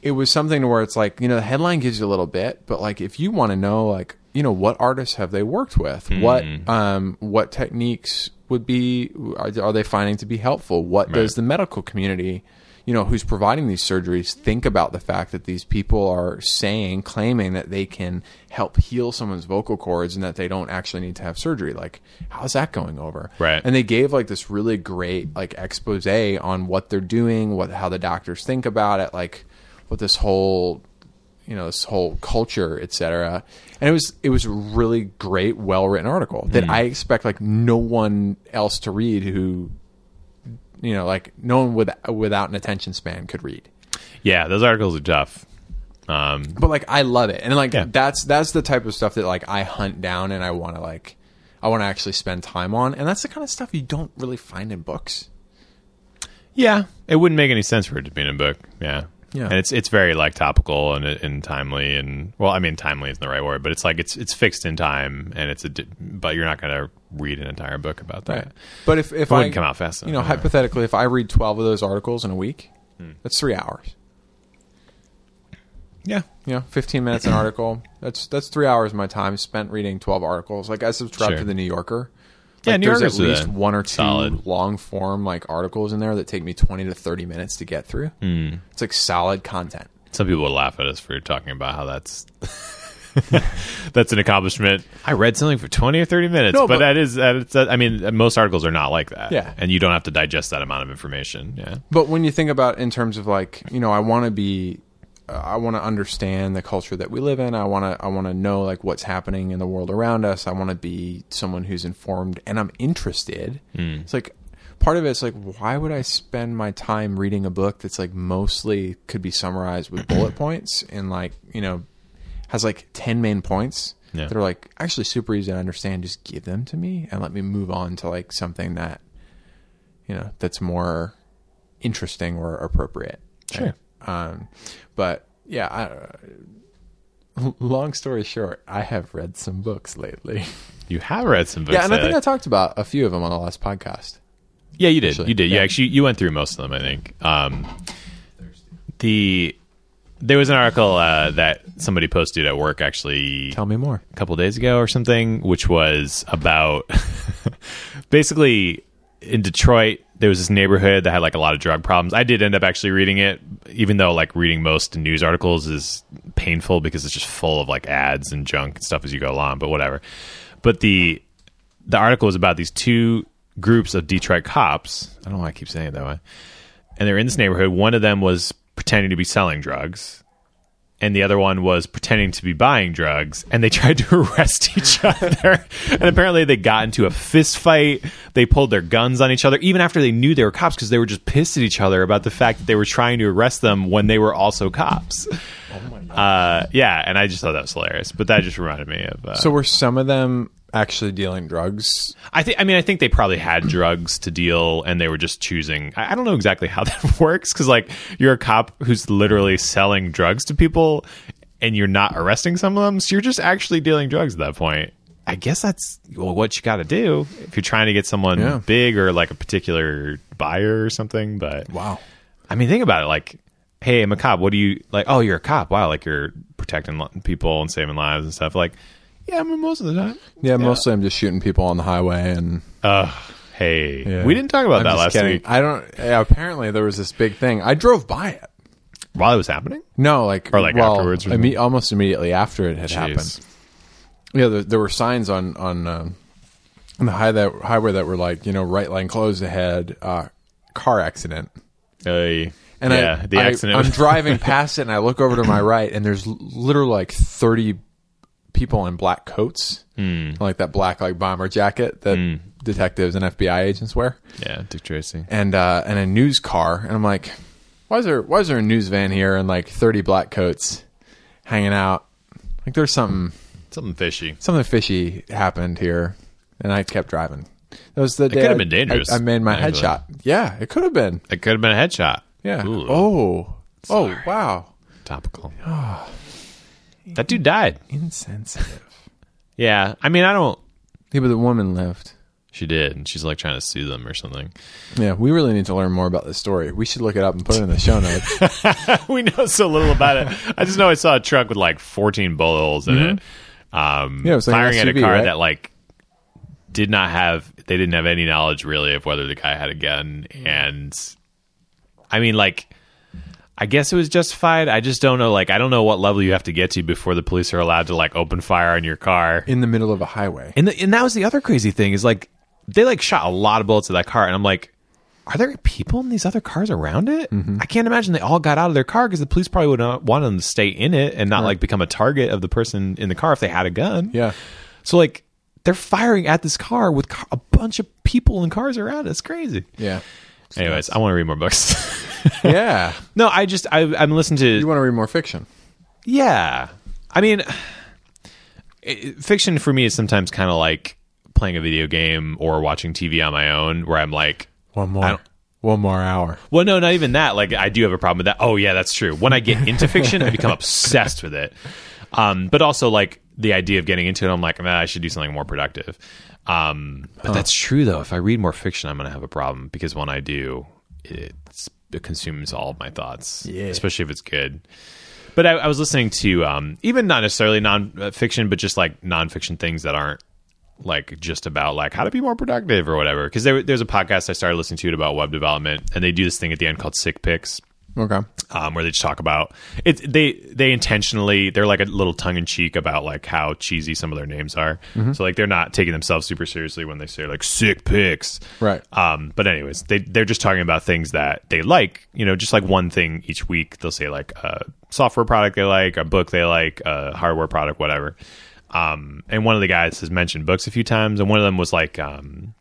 Speaker 1: it was something to where it's like you know the headline gives you a little bit but like if you want to know like you know what artists have they worked with what um what techniques would be are, are they finding to be helpful what does the medical community you know, who's providing these surgeries think about the fact that these people are saying, claiming that they can help heal someone's vocal cords and that they don't actually need to have surgery. Like, how's that going over?
Speaker 2: Right.
Speaker 1: And they gave like this really great like expose on what they're doing, what how the doctors think about it, like what this whole you know this whole culture etc and it was it was a really great well written article that i expect like no one else to read who you know like no one with, without an attention span could read
Speaker 2: Yeah, those articles are tough. Um,
Speaker 1: but like i love it and like
Speaker 2: Yeah.
Speaker 1: that's that's the type of stuff that like i hunt down and i want to like i want to actually spend time on and that's the kind of stuff you don't really find in books
Speaker 2: yeah, it wouldn't make any sense for it to be in a book. Yeah,
Speaker 1: Yeah.
Speaker 2: And it's it's very like topical and and timely and well, I mean, timely isn't the right word, but it's like it's it's fixed in time and it's a. di- But you're not gonna read an entire book about that.
Speaker 1: but if if
Speaker 2: It
Speaker 1: i
Speaker 2: wouldn't come out fast
Speaker 1: you know
Speaker 2: enough, yeah. Hmm.
Speaker 1: hypothetically if i read 12 of those articles in a week that's three hours
Speaker 2: Yeah,
Speaker 1: you know, 15 minutes an article. That's that's three hours of my time spent reading 12 articles. Like I subscribe
Speaker 2: Sure.
Speaker 1: to the New Yorker.
Speaker 2: Yeah,
Speaker 1: Like,
Speaker 2: New
Speaker 1: there's
Speaker 2: Yorker's
Speaker 1: at least
Speaker 2: a
Speaker 1: one or two
Speaker 2: solid.
Speaker 1: long form like articles in there that take me 20 to 30 minutes to get through.
Speaker 2: Hmm.
Speaker 1: Mm. It's like solid content.
Speaker 2: some people would laugh at us for talking about how that's. That's an accomplishment. I read something for twenty or thirty minutes,
Speaker 1: No,
Speaker 2: but,
Speaker 1: but-
Speaker 2: that is that is. I mean, most articles are not like that.
Speaker 1: Yeah.
Speaker 2: and you don't have to digest that amount of information. Yeah,
Speaker 1: But when you think about in terms of like, you know, I want to be uh, I want to understand the culture that we live in. I want to I want to know like what's happening in the world around us. I want to be someone who's informed and I'm interested. It's like part of it's like why would I spend my time reading a book that's like mostly could be summarized with bullet points and like, you know, has like 10 main points
Speaker 2: Yeah.
Speaker 1: that are like actually super easy to understand. Just give them to me and let me move on to like something that you know that's more interesting or appropriate.
Speaker 2: Sure.
Speaker 1: Um, but yeah, I, uh, long story short, I have read some books lately.
Speaker 2: you have read some books.
Speaker 1: yeah, and I
Speaker 2: that-
Speaker 1: think I talked about a few of them on the last podcast.
Speaker 2: Yeah, you did.
Speaker 1: actually.
Speaker 2: you did. You
Speaker 1: Yeah.
Speaker 2: actually you went through most of them, I think. Um, the there was an article uh, that somebody posted at work actually
Speaker 1: Tell me more.
Speaker 2: a couple days ago or something, which was about basically in Detroit. There was this neighborhood that had like a lot of drug problems. I did end up actually reading it, even though like reading most news articles is painful because it's just full of like ads and junk and stuff as you go along. But whatever. But the the article was about these two groups of Detroit cops. I don't know why I keep saying it that way. And they're in this neighborhood. One of them was pretending to be selling drugs, and the other one was pretending to be buying drugs. And they tried to arrest each other. and apparently, they got into a fist fight. They pulled their guns on each other, even after they knew they were cops, because they were just pissed at each other about the fact that they were trying to arrest them when they were also cops. Uh, yeah, and I just thought that was hilarious. But that just reminded me of. Uh,
Speaker 1: So were some of them actually dealing drugs?
Speaker 2: I think. I mean, I think they probably had drugs to deal, and they were just choosing. I, I don't know exactly how that works because, like, you're a cop who's literally selling drugs to people, and you're not arresting some of them, so you're just actually dealing drugs at that point. I guess that's well, what you got to do if you're trying to get someone
Speaker 1: Yeah.
Speaker 2: big or like a particular buyer or something. But
Speaker 1: Wow.
Speaker 2: I mean, think about it. Like, hey, I'm a cop. What do you like? Oh, you're a cop. Wow, like you're protecting li- people and saving lives and stuff. Like, yeah, I mean, most of the time.
Speaker 1: Yeah, mostly I'm just shooting people on the highway and
Speaker 2: Uh, hey,
Speaker 1: Yeah.
Speaker 2: we didn't talk about
Speaker 1: I'm
Speaker 2: that
Speaker 1: just
Speaker 2: last
Speaker 1: kidding.
Speaker 2: week
Speaker 1: I don't. yeah, apparently, there was this big thing. I drove by it.
Speaker 2: while it was happening.
Speaker 1: No, like
Speaker 2: Or, like,
Speaker 1: well,
Speaker 2: afterwards or
Speaker 1: imme- almost immediately after it had happened.
Speaker 2: Jeez.
Speaker 1: Yeah, there, there were signs on on, um, on the high that, highway that were like, you know, right lane closed ahead, uh, car accident.
Speaker 2: Hey.
Speaker 1: And
Speaker 2: yeah,
Speaker 1: I,
Speaker 2: the
Speaker 1: I-
Speaker 2: accident.
Speaker 1: I'm
Speaker 2: was-
Speaker 1: driving past it, and I look over to my right, and there's l- literally like 30 people in black coats,
Speaker 2: Hmm.
Speaker 1: mm. like that black like bomber jacket that detectives and FBI agents wear,
Speaker 2: yeah, Dick Tracy.
Speaker 1: and uh, and a news car, and I'm like, why is there why is there a news van here and like 30 black coats hanging out? Like there's something
Speaker 2: Something fishy.
Speaker 1: something fishy happened here, and I kept driving. That was the day
Speaker 2: could've
Speaker 1: I-
Speaker 2: been dangerous,
Speaker 1: I, I made my
Speaker 2: actually.
Speaker 1: headshot. Yeah, it could have been.
Speaker 2: It could have been a headshot.
Speaker 1: Yeah.
Speaker 2: Ooh,
Speaker 1: Oh. Oh wow.
Speaker 2: topical. that dude died.
Speaker 1: Insensitive.
Speaker 2: Yeah, I mean, I don't.
Speaker 1: yeah, but the woman lived.
Speaker 2: She did, and she's like trying to sue them or something.
Speaker 1: Yeah, we really need to learn more about this story. We should look it up and put it in the show notes.
Speaker 2: we know so little about it. I just know I saw a truck with like 14 bullet holes
Speaker 1: Mm-hmm.
Speaker 2: in it. Um,
Speaker 1: Yeah, it was like an
Speaker 2: firing at a
Speaker 1: SUV,
Speaker 2: car
Speaker 1: right?
Speaker 2: that like did not have. They didn't have any knowledge really of whether the guy had a gun, and I mean, like I guess it was justified. I just don't know. Like, I don't know what level you have to get to before the police are allowed to like open fire on your car.
Speaker 1: in the middle of a highway.
Speaker 2: And the, and that was the other crazy thing is like they like shot a lot of bullets at that car, and I'm like, are there people in these other cars around it? I can't imagine they all got out of their car because the police probably would not want them to stay in it and not like become a target of the person in the car if they had a gun.
Speaker 1: Yeah.
Speaker 2: So like they're firing at this car with ca- a bunch of people and cars around. it. It's crazy.
Speaker 1: Yeah.
Speaker 2: Anyways, I want to read more books.
Speaker 1: Yeah.
Speaker 2: no, I just I, I'm listening to
Speaker 1: you want to read more fiction?
Speaker 2: yeah. I mean, it, fiction for me is sometimes kind of like playing a video game or watching TV on my own, where I'm like,
Speaker 1: One more. One more hour.
Speaker 2: well, no, not even that. Like, I do have a problem with that. Oh, yeah, that's true. When I get into fiction, I become obsessed with it. Um, but also, like, the idea of getting into it, I'm like, man, I should do something more productive. Um, but that's true, though. If I read more fiction, I'm going to have a problem because when I do, it's, it consumes all of my thoughts,
Speaker 1: Yeah.
Speaker 2: especially if it's good. But I, I was listening to um, even not necessarily nonfiction, but just like nonfiction things that aren't like just about like how to be more productive or whatever. Because there, there's a podcast I started listening to about web development, and they do this thing at the end called sick picks,
Speaker 1: Okay.
Speaker 2: um, where they just talk about it. They they intentionally they're like a little tongue in cheek about like how cheesy some of their names are. So like they're not taking themselves super seriously when they say like sick picks,
Speaker 1: Right.
Speaker 2: um, but anyways, they they're just talking about things that they like. You know, just like one thing each week. They'll say like a software product they like, a book they like, a hardware product, whatever. Um, and one of the guys has mentioned books a few times, and one of them was like um,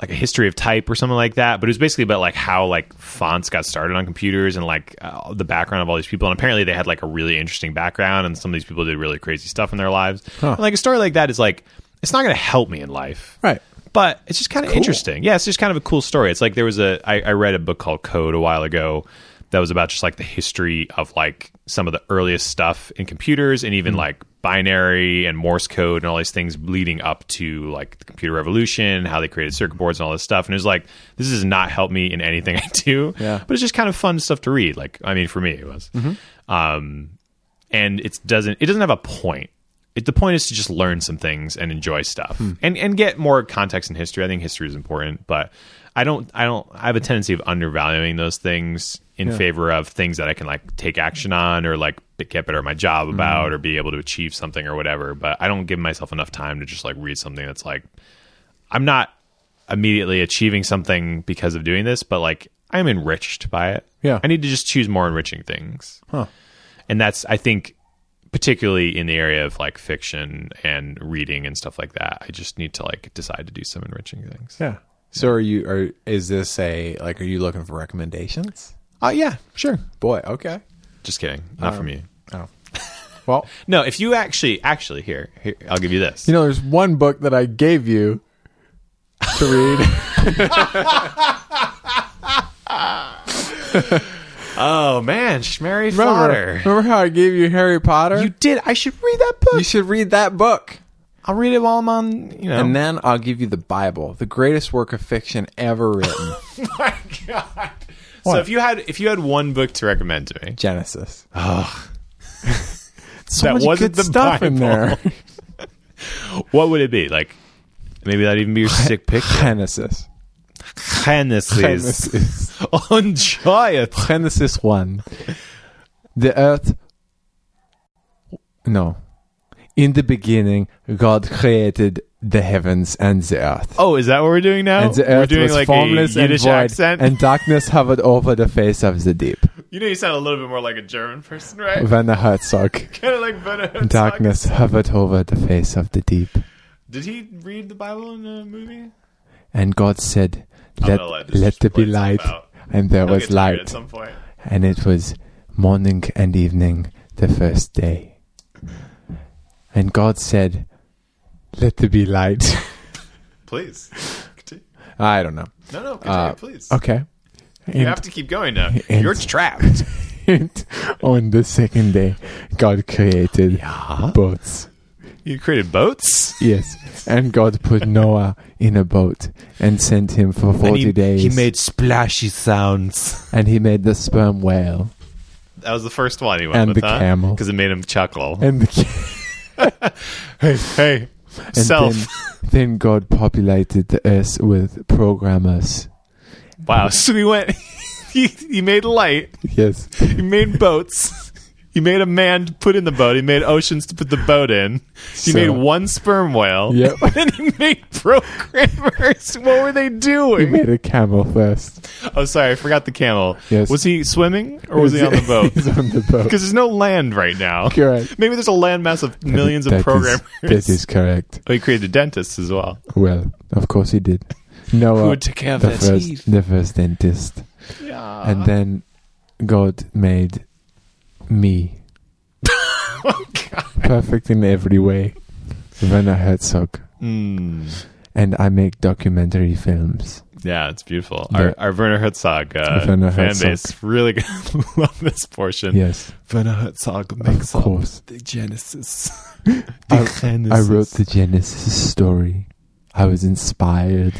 Speaker 2: like a history of type or something like that. But it was basically about like how like fonts got started on computers and like uh, the background of all these people. And apparently they had like a really interesting background, and some of these people did really crazy stuff in their lives. And, like a story like that is like it's not going to help me in life,
Speaker 1: Right.
Speaker 2: but it's just kind of interesting. Yeah, it's just kind of a cool story. It's like there was a I, I read a book called Code a while ago that was about just like the history of like some of the earliest stuff in computers and even like binary and Morse code and all these things leading up to like the computer revolution, how they created circuit boards and all this stuff. And it was like this does not help me in anything I do.
Speaker 1: Yeah.
Speaker 2: But it's just kind of fun stuff to read. Like I mean for me it was. Um and it doesn't it doesn't have a point. It, the point is to just learn some things and enjoy stuff and and get more context in history. I think history is important, but I don't I don't I have a tendency of undervaluing those things in favor of things that I can like take action on or like b- get better at my job about or be able to achieve something or whatever. But I don't give myself enough time to just like read something that's like I'm not immediately achieving something because of doing this, but like I'm enriched by it.
Speaker 1: Yeah.
Speaker 2: I need to just choose more enriching things
Speaker 1: Huh.
Speaker 2: and that's i think particularly in the area of like fiction and reading and stuff like that i just need to like decide to do some enriching things
Speaker 1: Yeah. So are you are is this a like are you looking for recommendations?
Speaker 2: oh yeah sure
Speaker 1: Boy, okay.
Speaker 2: just kidding not from you
Speaker 1: Oh. Well,
Speaker 2: no if you actually actually here, here i'll give you this
Speaker 1: you know there's one book that I gave you to read.
Speaker 2: oh man schmary
Speaker 1: remember, remember how I gave you Harry Potter?
Speaker 2: you
Speaker 1: You,
Speaker 2: did i should read that book
Speaker 1: should read that book.
Speaker 2: i'll read it while i'm on you know
Speaker 1: And then I'll give you the Bible, the greatest work of fiction ever written,
Speaker 2: my god so if you had if you had one book to recommend to me
Speaker 1: Genesis.
Speaker 2: so
Speaker 1: Much good stuff in there.
Speaker 2: what would it be like maybe that'd even be your sick pick
Speaker 1: Genesis.
Speaker 2: Genesis.
Speaker 1: Genesis.
Speaker 2: Enjoy it.
Speaker 1: Genesis 1. The earth. No. In the beginning, God created the heavens and the earth.
Speaker 2: Oh, is that what we're doing now?
Speaker 1: and the
Speaker 2: we're
Speaker 1: earth
Speaker 2: doing
Speaker 1: was
Speaker 2: like
Speaker 1: uh, formless
Speaker 2: a
Speaker 1: and
Speaker 2: Yiddish
Speaker 1: void,
Speaker 2: accent.
Speaker 1: and darkness hovered over the face of the deep.
Speaker 2: you know, you sound a little bit more like a German person, right?
Speaker 1: Werner Herzog.
Speaker 2: kind of like Werner Herzog.
Speaker 1: Darkness hovered over the face of the deep.
Speaker 2: Did he read the Bible in the movie?
Speaker 1: And God said, Let,
Speaker 2: gonna let
Speaker 1: let,
Speaker 2: this just
Speaker 1: there be
Speaker 2: play itself
Speaker 1: light.
Speaker 2: out.
Speaker 1: And there
Speaker 2: He'll
Speaker 1: was
Speaker 2: get to read it
Speaker 1: light.
Speaker 2: at some point.
Speaker 1: and it was morning and evening the first day. And God said, Let there be light.
Speaker 2: Please. Continue.
Speaker 1: I don't know.
Speaker 2: No, no, continue,
Speaker 1: Uh,
Speaker 2: please.
Speaker 1: Okay.
Speaker 2: You have to keep going now.
Speaker 1: and-
Speaker 2: You're trapped.
Speaker 1: On the second day, God created boats.
Speaker 2: You created boats.
Speaker 1: Yes. And God put Noah in a boat and sent him for 40 days.
Speaker 2: splashy sounds.
Speaker 1: and he made the sperm whale
Speaker 2: That was the first one he went
Speaker 1: And
Speaker 2: with,
Speaker 1: the camel.
Speaker 2: Because it made him chuckle.
Speaker 1: and the
Speaker 2: hey, hey,
Speaker 1: And
Speaker 2: self.
Speaker 1: Then, then God populated the earth with programmers.
Speaker 2: Wow. So he went. he, he made light.
Speaker 1: Yes.
Speaker 2: He made boats. He made a man to put in the boat. He made oceans to put the boat in. He
Speaker 1: So-
Speaker 2: made one sperm whale.
Speaker 1: Yep.
Speaker 2: And he made programmers. What were they doing?
Speaker 1: Made a camel first.
Speaker 2: oh, sorry. I forgot the camel.
Speaker 1: Yes.
Speaker 2: Was he swimming or was he on the boat?
Speaker 1: He's on the boat.
Speaker 2: Because there's no land right now.
Speaker 1: Correct.
Speaker 2: Maybe there's a land mass of millions
Speaker 1: That
Speaker 2: of
Speaker 1: is-
Speaker 2: programmers.
Speaker 1: that is correct.
Speaker 2: Oh, he created dentists as well.
Speaker 1: Well, of course he did. Noah,
Speaker 2: Who took care of
Speaker 1: the
Speaker 2: their
Speaker 1: first,
Speaker 2: teeth?
Speaker 1: the first dentist,
Speaker 2: Yeah.
Speaker 1: and then God made me
Speaker 2: oh, God.
Speaker 1: perfect in every way. Werner Herzog,
Speaker 2: Mm.
Speaker 1: and I make documentary films.
Speaker 2: Yeah, it's beautiful. Our,
Speaker 1: Yeah.
Speaker 2: our Werner Herzog uh,
Speaker 1: Werner
Speaker 2: fan
Speaker 1: Herzog.
Speaker 2: base really g- love this portion.
Speaker 1: Yes,
Speaker 2: Werner Herzog
Speaker 1: of
Speaker 2: makes up
Speaker 1: course.
Speaker 2: the Genesis.
Speaker 1: I-
Speaker 2: the Genesis.
Speaker 1: I wrote the Genesis story. I was inspired.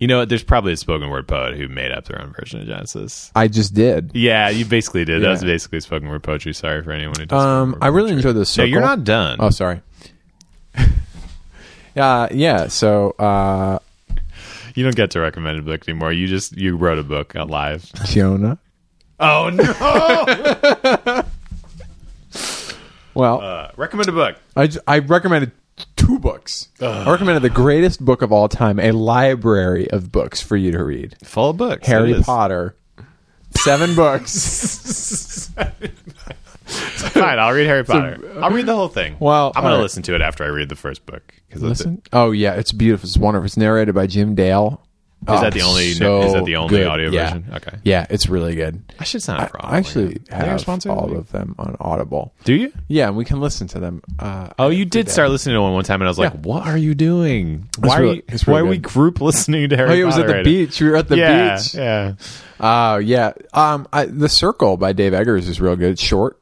Speaker 2: You know, what? there's probably a spoken word poet who made up their own version of Genesis.
Speaker 1: I just did.
Speaker 2: Yeah, you basically did. That
Speaker 1: Yeah.
Speaker 2: was basically spoken word poetry. Sorry for anyone who. Does
Speaker 1: Um,
Speaker 2: spoken word
Speaker 1: I really
Speaker 2: poetry.
Speaker 1: enjoyed this.
Speaker 2: No,
Speaker 1: Circle.
Speaker 2: you're not done.
Speaker 1: Oh, sorry. uh, yeah. So uh,
Speaker 2: You don't get to recommend a book anymore. You just you wrote a book out live.
Speaker 1: Jonah.
Speaker 2: Oh no!
Speaker 1: Well,
Speaker 2: uh, recommend a book.
Speaker 1: I, j- I recommended two books. I recommended the greatest book of all time, a library of books for you to read.
Speaker 2: Full of books. It
Speaker 1: Harry
Speaker 2: is.
Speaker 1: Potter, seven books.
Speaker 2: Fine, I'll read Harry Potter. I'll read the whole thing.
Speaker 1: Well,
Speaker 2: I'm going
Speaker 1: all
Speaker 2: to
Speaker 1: right.
Speaker 2: listen to it after I read the first book. Cause that's it.
Speaker 1: Listen, oh yeah, it's beautiful. It's wonderful. It's narrated by Jim Dale. Oh,
Speaker 2: Is that the only? is that the only audio version? Okay.
Speaker 1: Yeah, it's really good.
Speaker 2: I should sign
Speaker 1: I,
Speaker 2: up for Audible.
Speaker 1: I actually
Speaker 2: Are they our
Speaker 1: have
Speaker 2: sponsor?
Speaker 1: all of them on Audible.
Speaker 2: Do you?
Speaker 1: Yeah, and we can listen to them. Uh,
Speaker 2: Oh, you did start listening to one one time, and I was like, "What are you doing? Why
Speaker 1: really-
Speaker 2: are you,
Speaker 1: it's
Speaker 2: why
Speaker 1: really
Speaker 2: are we
Speaker 1: good.
Speaker 2: group listening to Harry
Speaker 1: oh, it was
Speaker 2: Potter
Speaker 1: at the
Speaker 2: right now?
Speaker 1: beach. We were at the
Speaker 2: yeah,
Speaker 1: beach.
Speaker 2: yeah.
Speaker 1: Oh yeah. Um, I, the Circle by Dave Eggers is real good. It's short.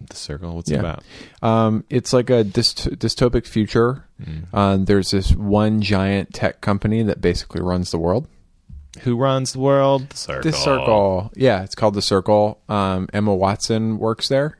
Speaker 2: The circle. What's it
Speaker 1: Yeah.
Speaker 2: about?
Speaker 1: Um, it's like a dyst- dystopic future.
Speaker 2: Mm.
Speaker 1: Um, there's this one giant tech company that basically runs the world.
Speaker 2: Who runs the world? The circle.
Speaker 1: The Circle, yeah, it's called The Circle. Um, Emma Watson works there.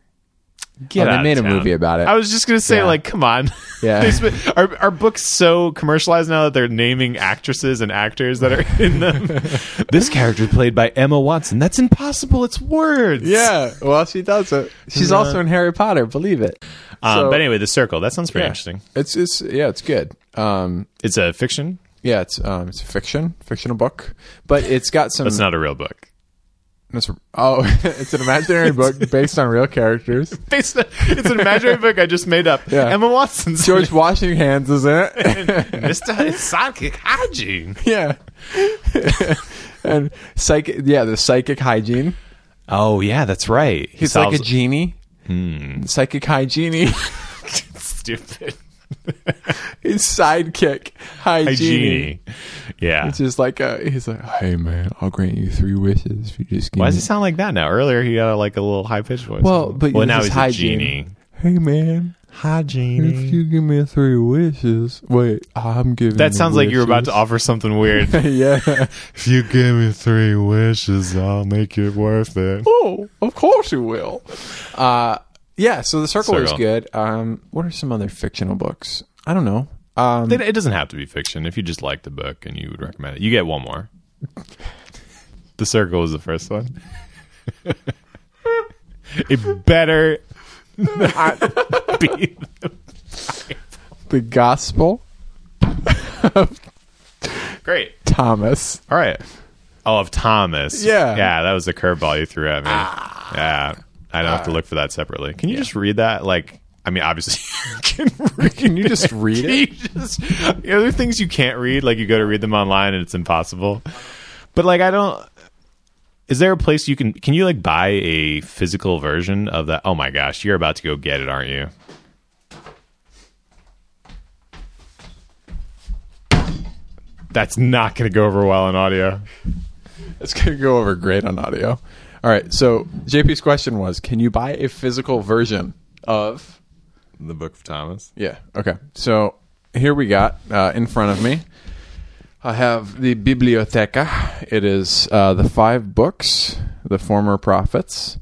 Speaker 1: Oh,
Speaker 2: Get
Speaker 1: they
Speaker 2: out of
Speaker 1: made a
Speaker 2: town.
Speaker 1: movie about it.
Speaker 2: I was just gonna say,
Speaker 1: Yeah.
Speaker 2: like, come on.
Speaker 1: Yeah.
Speaker 2: They spent- are are books so commercialized now that they're naming actresses and actors that are in them? this character played by Emma Watson. That's impossible. It's words.
Speaker 1: well, she does it. She's
Speaker 2: Yeah.
Speaker 1: also in Harry Potter. Believe it.
Speaker 2: Um,
Speaker 1: So-
Speaker 2: but anyway, The Circle. That sounds pretty
Speaker 1: Yeah.
Speaker 2: interesting.
Speaker 1: It's it's yeah, it's good. Um,
Speaker 2: It's a fiction.
Speaker 1: yeah, it's um, it's fiction, fictional book, but it's got some.
Speaker 2: That's not a real book.
Speaker 1: it's a- oh, it's an imaginary book based on real characters.
Speaker 2: Based on- it's an imaginary book I just made up.
Speaker 1: Yeah.
Speaker 2: Emma Watson's
Speaker 1: George Washington hands is in it.
Speaker 2: Mr. Sidekick Hygiene.
Speaker 1: yeah. and psychic, yeah, the psychic hygiene.
Speaker 2: Oh yeah, that's right. He Hmm.
Speaker 1: He's like a
Speaker 2: solves-
Speaker 1: genie. Psychic hygiene.
Speaker 2: stupid
Speaker 1: His sidekick,
Speaker 2: a
Speaker 1: hygiene.
Speaker 2: genie. Yeah.
Speaker 1: It's just like a, he's like, hey man, I'll grant you three wishes if you just give
Speaker 2: Why does
Speaker 1: me.
Speaker 2: it sound like that now? Earlier he had like a little high pitched voice.
Speaker 1: Mm. Well, but
Speaker 2: well
Speaker 1: this
Speaker 2: now
Speaker 1: is
Speaker 2: he's a
Speaker 1: hygiene.
Speaker 2: genie.
Speaker 1: Hey man,
Speaker 2: Hi
Speaker 1: if you give me three wishes, wait, I'm giving.
Speaker 2: Mm. That
Speaker 1: you
Speaker 2: sounds like you were about to
Speaker 1: wishes.
Speaker 2: offer something weird.
Speaker 1: yeah.
Speaker 2: if you give me three wishes, I'll make it worth it.
Speaker 1: oh, of course you will. Uh, yeah. So the circle, is
Speaker 2: Circle.
Speaker 1: good. Um, what are some other fictional books? I don't know. Um,
Speaker 2: It doesn't have to be fiction. If you just like the book and you would recommend it, you get one more. the Circle was the first one. it better not be.
Speaker 1: the Gospel
Speaker 2: Great.
Speaker 1: Thomas.
Speaker 2: All right. Oh, of Thomas.
Speaker 1: Yeah.
Speaker 2: Yeah, that was the curveball you threw at me. yeah. I don't have to look for that separately. Can you just read that? Like, I mean, obviously, you can read
Speaker 1: Can you just read
Speaker 2: you
Speaker 1: it?
Speaker 2: just, are there things you can't read? Like, you go to read them online and it's impossible. But, like, I don't. Is there a place you can. Can you, like, buy a physical version of that? Oh, my gosh. You're about to go get it, aren't you? That's not going to go over well on audio.
Speaker 1: It's gonna go over great on audio. All right. So JP's question was, can you buy a physical version of?
Speaker 2: The Book of Thomas.
Speaker 1: Yeah. Okay. So here we got uh, in front of me. I have the Biblioteca. It is uh, the five books, the former prophets,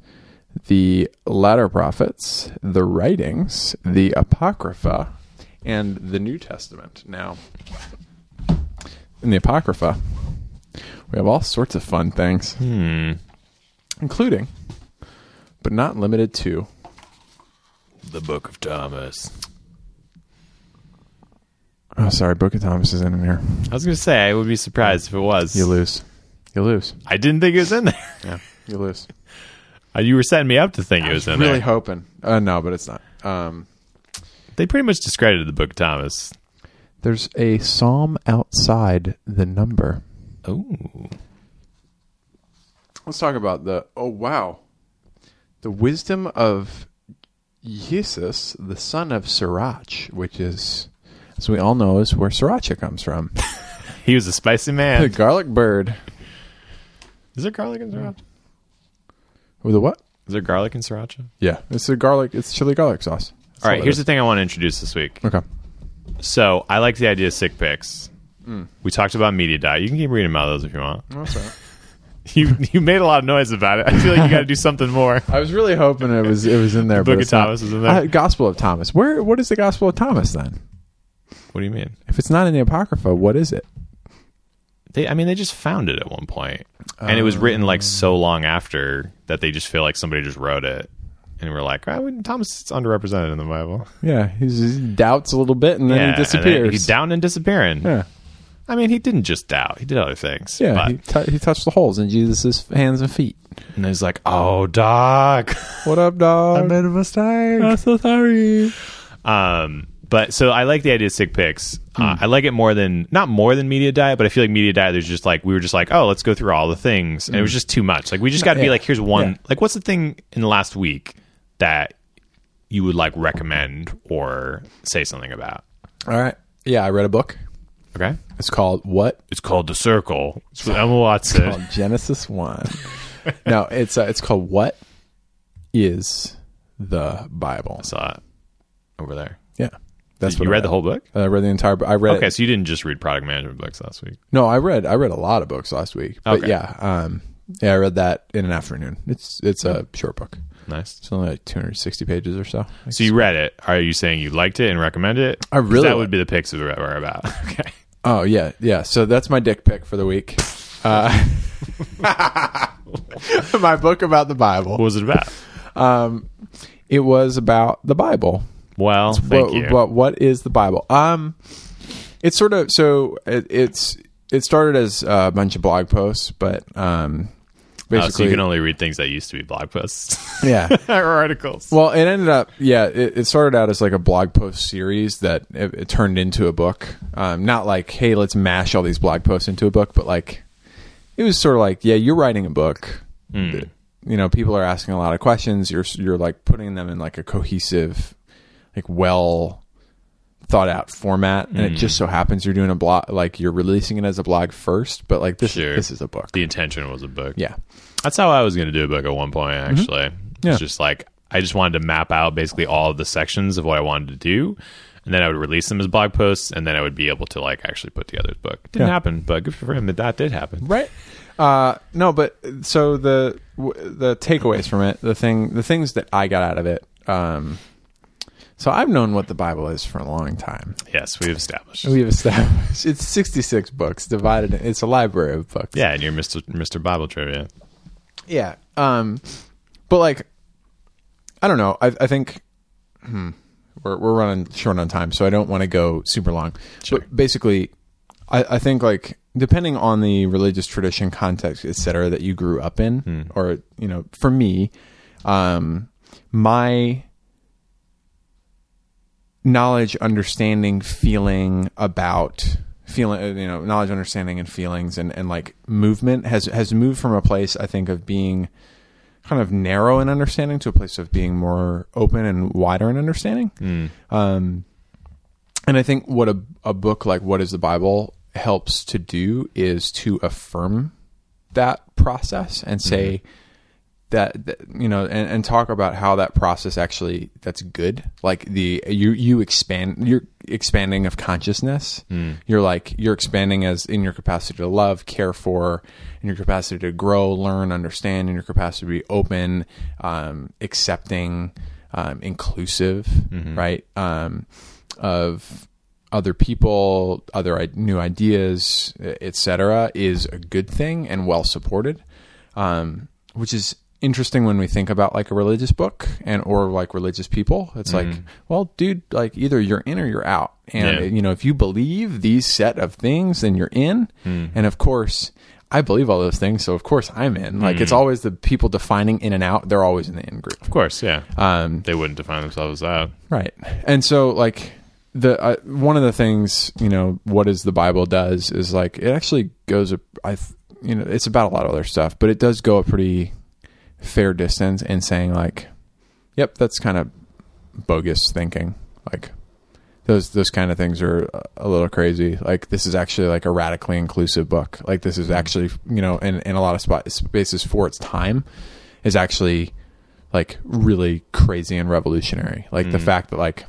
Speaker 1: the latter prophets, the writings, the Apocrypha, and the New Testament. Now, in the Apocrypha, we have all sorts of fun things.
Speaker 2: Hmm.
Speaker 1: including, but not limited to,
Speaker 2: The Book of Thomas.
Speaker 1: oh, sorry, Book of Thomas isn't in here.
Speaker 2: I was gonna say I would be surprised if it was.
Speaker 1: You lose. You lose.
Speaker 2: I didn't think it was in there.
Speaker 1: Yeah, you lose.
Speaker 2: Uh, You were setting me up to think it was in
Speaker 1: really
Speaker 2: there.
Speaker 1: hoping. Uh, no, but it's not. Um,
Speaker 2: They pretty much discredited the Book of Thomas.
Speaker 1: there's a psalm outside the number.
Speaker 2: Oh,
Speaker 1: Let's talk about the. Oh wow, the wisdom of Jesus, the son of Sirach, which is, as we all know, is where sriracha comes from.
Speaker 2: he was a spicy
Speaker 1: the
Speaker 2: man.
Speaker 1: garlic bird.
Speaker 2: Is there garlic in sriracha?
Speaker 1: With a what?
Speaker 2: Is there garlic in sriracha?
Speaker 1: Yeah, it's a garlic. It's chili garlic sauce. That's
Speaker 2: All right,
Speaker 1: it
Speaker 2: here's
Speaker 1: is.
Speaker 2: the thing I want to introduce this week.
Speaker 1: okay.
Speaker 2: So I like the idea of sick picks. We talked about media diet. You can keep reading about those if you want. You you made a lot of noise about it. I feel like you got to do something more.
Speaker 1: I was really hoping it was it was in there.
Speaker 2: Book
Speaker 1: but
Speaker 2: of
Speaker 1: it's not.
Speaker 2: Thomas is in there.
Speaker 1: Uh, Gospel of Thomas. Where? What is the Gospel of Thomas then?
Speaker 2: What do you mean?
Speaker 1: If it's not in the Apocrypha, what is it?
Speaker 2: They, I mean, they just found it at one point, and it was written like so long after that they just feel like somebody just wrote it, and we're like, oh, Thomas is underrepresented in the Bible.
Speaker 1: Yeah, he's, he doubts a little bit and then
Speaker 2: Yeah, and
Speaker 1: he disappears.
Speaker 2: he's down and disappearing.
Speaker 1: yeah,
Speaker 2: I mean, he didn't just doubt; he did other things.
Speaker 1: yeah.
Speaker 2: but,
Speaker 1: He, tou he touched the holes in Jesus' hands and feet.
Speaker 2: and he's like, "Oh, doc,
Speaker 1: What up, dog?
Speaker 2: a mistake."
Speaker 1: I'm so sorry.
Speaker 2: Um, but so I like the idea of sick picks. Uh,
Speaker 1: Hmm.
Speaker 2: I like it more than not more than media diet, but I feel like media diet. There's just like we were just like, oh, let's go through all the things, and it was just too much. Like we just got to be
Speaker 1: Hmm. yeah.
Speaker 2: like, here's one.
Speaker 1: Yeah.
Speaker 2: Like, what's the thing in the last week that you would like recommend or say something about?
Speaker 1: All right. Yeah, I read a book.
Speaker 2: Okay,
Speaker 1: It's called What
Speaker 2: it's called The Circle. It's with Emma Watson.
Speaker 1: called Genesis One. no, it's uh, it's called What is the Bible?
Speaker 2: I saw it over there.
Speaker 1: Yeah, that's
Speaker 2: you
Speaker 1: I
Speaker 2: read the whole book.
Speaker 1: I read the entire. book. I read.
Speaker 2: Okay, so you didn't just read product management books last week.
Speaker 1: No, I read. I read a lot of books last week. But
Speaker 2: Okay.
Speaker 1: yeah, um, yeah, I read that in an afternoon. It's it's
Speaker 2: Hmm.
Speaker 1: a short book.
Speaker 2: Nice.
Speaker 1: It's only like 260 pages or so.
Speaker 2: So you read it. Are you saying you liked it and recommend it?
Speaker 1: I
Speaker 2: 'Cause
Speaker 1: really
Speaker 2: that
Speaker 1: like-
Speaker 2: would be the picks that we're about. Okay.
Speaker 1: Oh yeah, yeah. So that's my dick pic for the week. Uh, my book about the
Speaker 2: What
Speaker 1: Bible.
Speaker 2: was it about?
Speaker 1: Um, it was about the Bible.
Speaker 2: Well, thank
Speaker 1: what,
Speaker 2: you.
Speaker 1: what- what is the Bible? Um, it's sort of so it, it's it started as a bunch of blog posts, but um,
Speaker 2: Oh, so you
Speaker 1: basically,
Speaker 2: can only read things that used to be blog posts
Speaker 1: yeah.
Speaker 2: or articles.
Speaker 1: Well, it ended up, yeah, it, it started out as like a blog post series that it, it turned into a book. Um, not like, hey, let's mash all these blog posts into a book, but like, it was sort of like, yeah, you're writing a book. You know, people are asking a lot of questions. You're you're like putting them in like a cohesive, like well thought out format, and it just so happens you're doing a blog, like you're releasing it as a blog first, but like this
Speaker 2: Sure.
Speaker 1: this is a book.
Speaker 2: the intention was a book.
Speaker 1: Yeah, Mm-hmm.
Speaker 2: That's how I was going to do a book at one point, actually.
Speaker 1: Yeah.
Speaker 2: It's just like I just wanted to map out basically all of the sections of what I wanted to do. And then I would release them as blog posts, and then I would be able to like actually put together the book. Didn't
Speaker 1: Yeah.
Speaker 2: happen, but good for him that that did happen.
Speaker 1: right uh no but so the w- the takeaways from it the thing the things that i got out of it um so i've known what the bible is for a long time
Speaker 2: Yes, we've established.
Speaker 1: we've established it's 66 books divided it's a library of books
Speaker 2: yeah, and you're Mr. Mr. Bible trivia.
Speaker 1: yeah um but like i don't know i, I think hmm, we're, we're running short on time so i don't want to go super long
Speaker 2: Sure.
Speaker 1: but basically I, I think like depending on the religious tradition context et cetera that you grew up in or you know for me um my knowledge understanding feeling about feeling uh, you know knowledge understanding and feelings and and like movement has has moved from a place i think of being kind of narrow in understanding to a place of being more open and wider in understanding um and i think what a, a book like what is the bible helps to do is to affirm that process and say that, that you know and, and talk about how that process actually that's good like the you you expand you're expanding of consciousness you're like you're expanding as in your capacity to love care for in your capacity to grow learn understand in your capacity to be open um, accepting um, inclusive right um, of other people, other i- new e, ideas, etc., is a good thing and well supported, um, which is interesting when we think about like a religious book and or like religious people. It's like, well, dude, like either you're in or you're out. And
Speaker 2: Yeah.
Speaker 1: you know, if you believe these set of things, then you're in. And of course, I believe all those things, so of course I'm in. Like it's always the people defining in and out, they're always in the in group.
Speaker 2: Of course, yeah.
Speaker 1: Um
Speaker 2: they wouldn't define themselves as oh, that.
Speaker 1: Right. And so like the uh, one of the things, you know, what is the Bible does is like it actually goes a I th- you know, it's about a lot of other stuff, but it does go a pretty fair distance in saying like yep, that's kind of bogus thinking. Like those those kind of things are a- a little crazy. Like this is actually like a radically inclusive book. Like this is actually, you know, in in a lot of spot, spaces for its time is actually like really crazy and revolutionary. Like the fact that like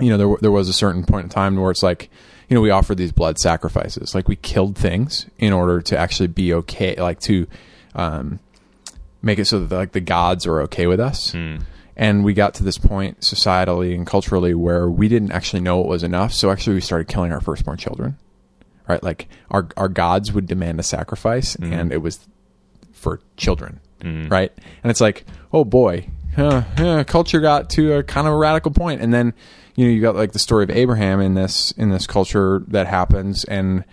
Speaker 1: you know there w- there was a certain point in time where it's like you know we offered these blood sacrifices. Like we killed things in order to actually be okay, like to um make it so that like the gods are okay with us. And we got to this point societally and culturally where we didn't actually know it was enough. So actually, we started killing our firstborn children, right? Like our our gods would demand a sacrifice, and it was for children, right? And it's like, oh boy, huh, huh, culture got to a kind of a radical point, and then you know you got like the story of Abraham in this in this culture that happens, and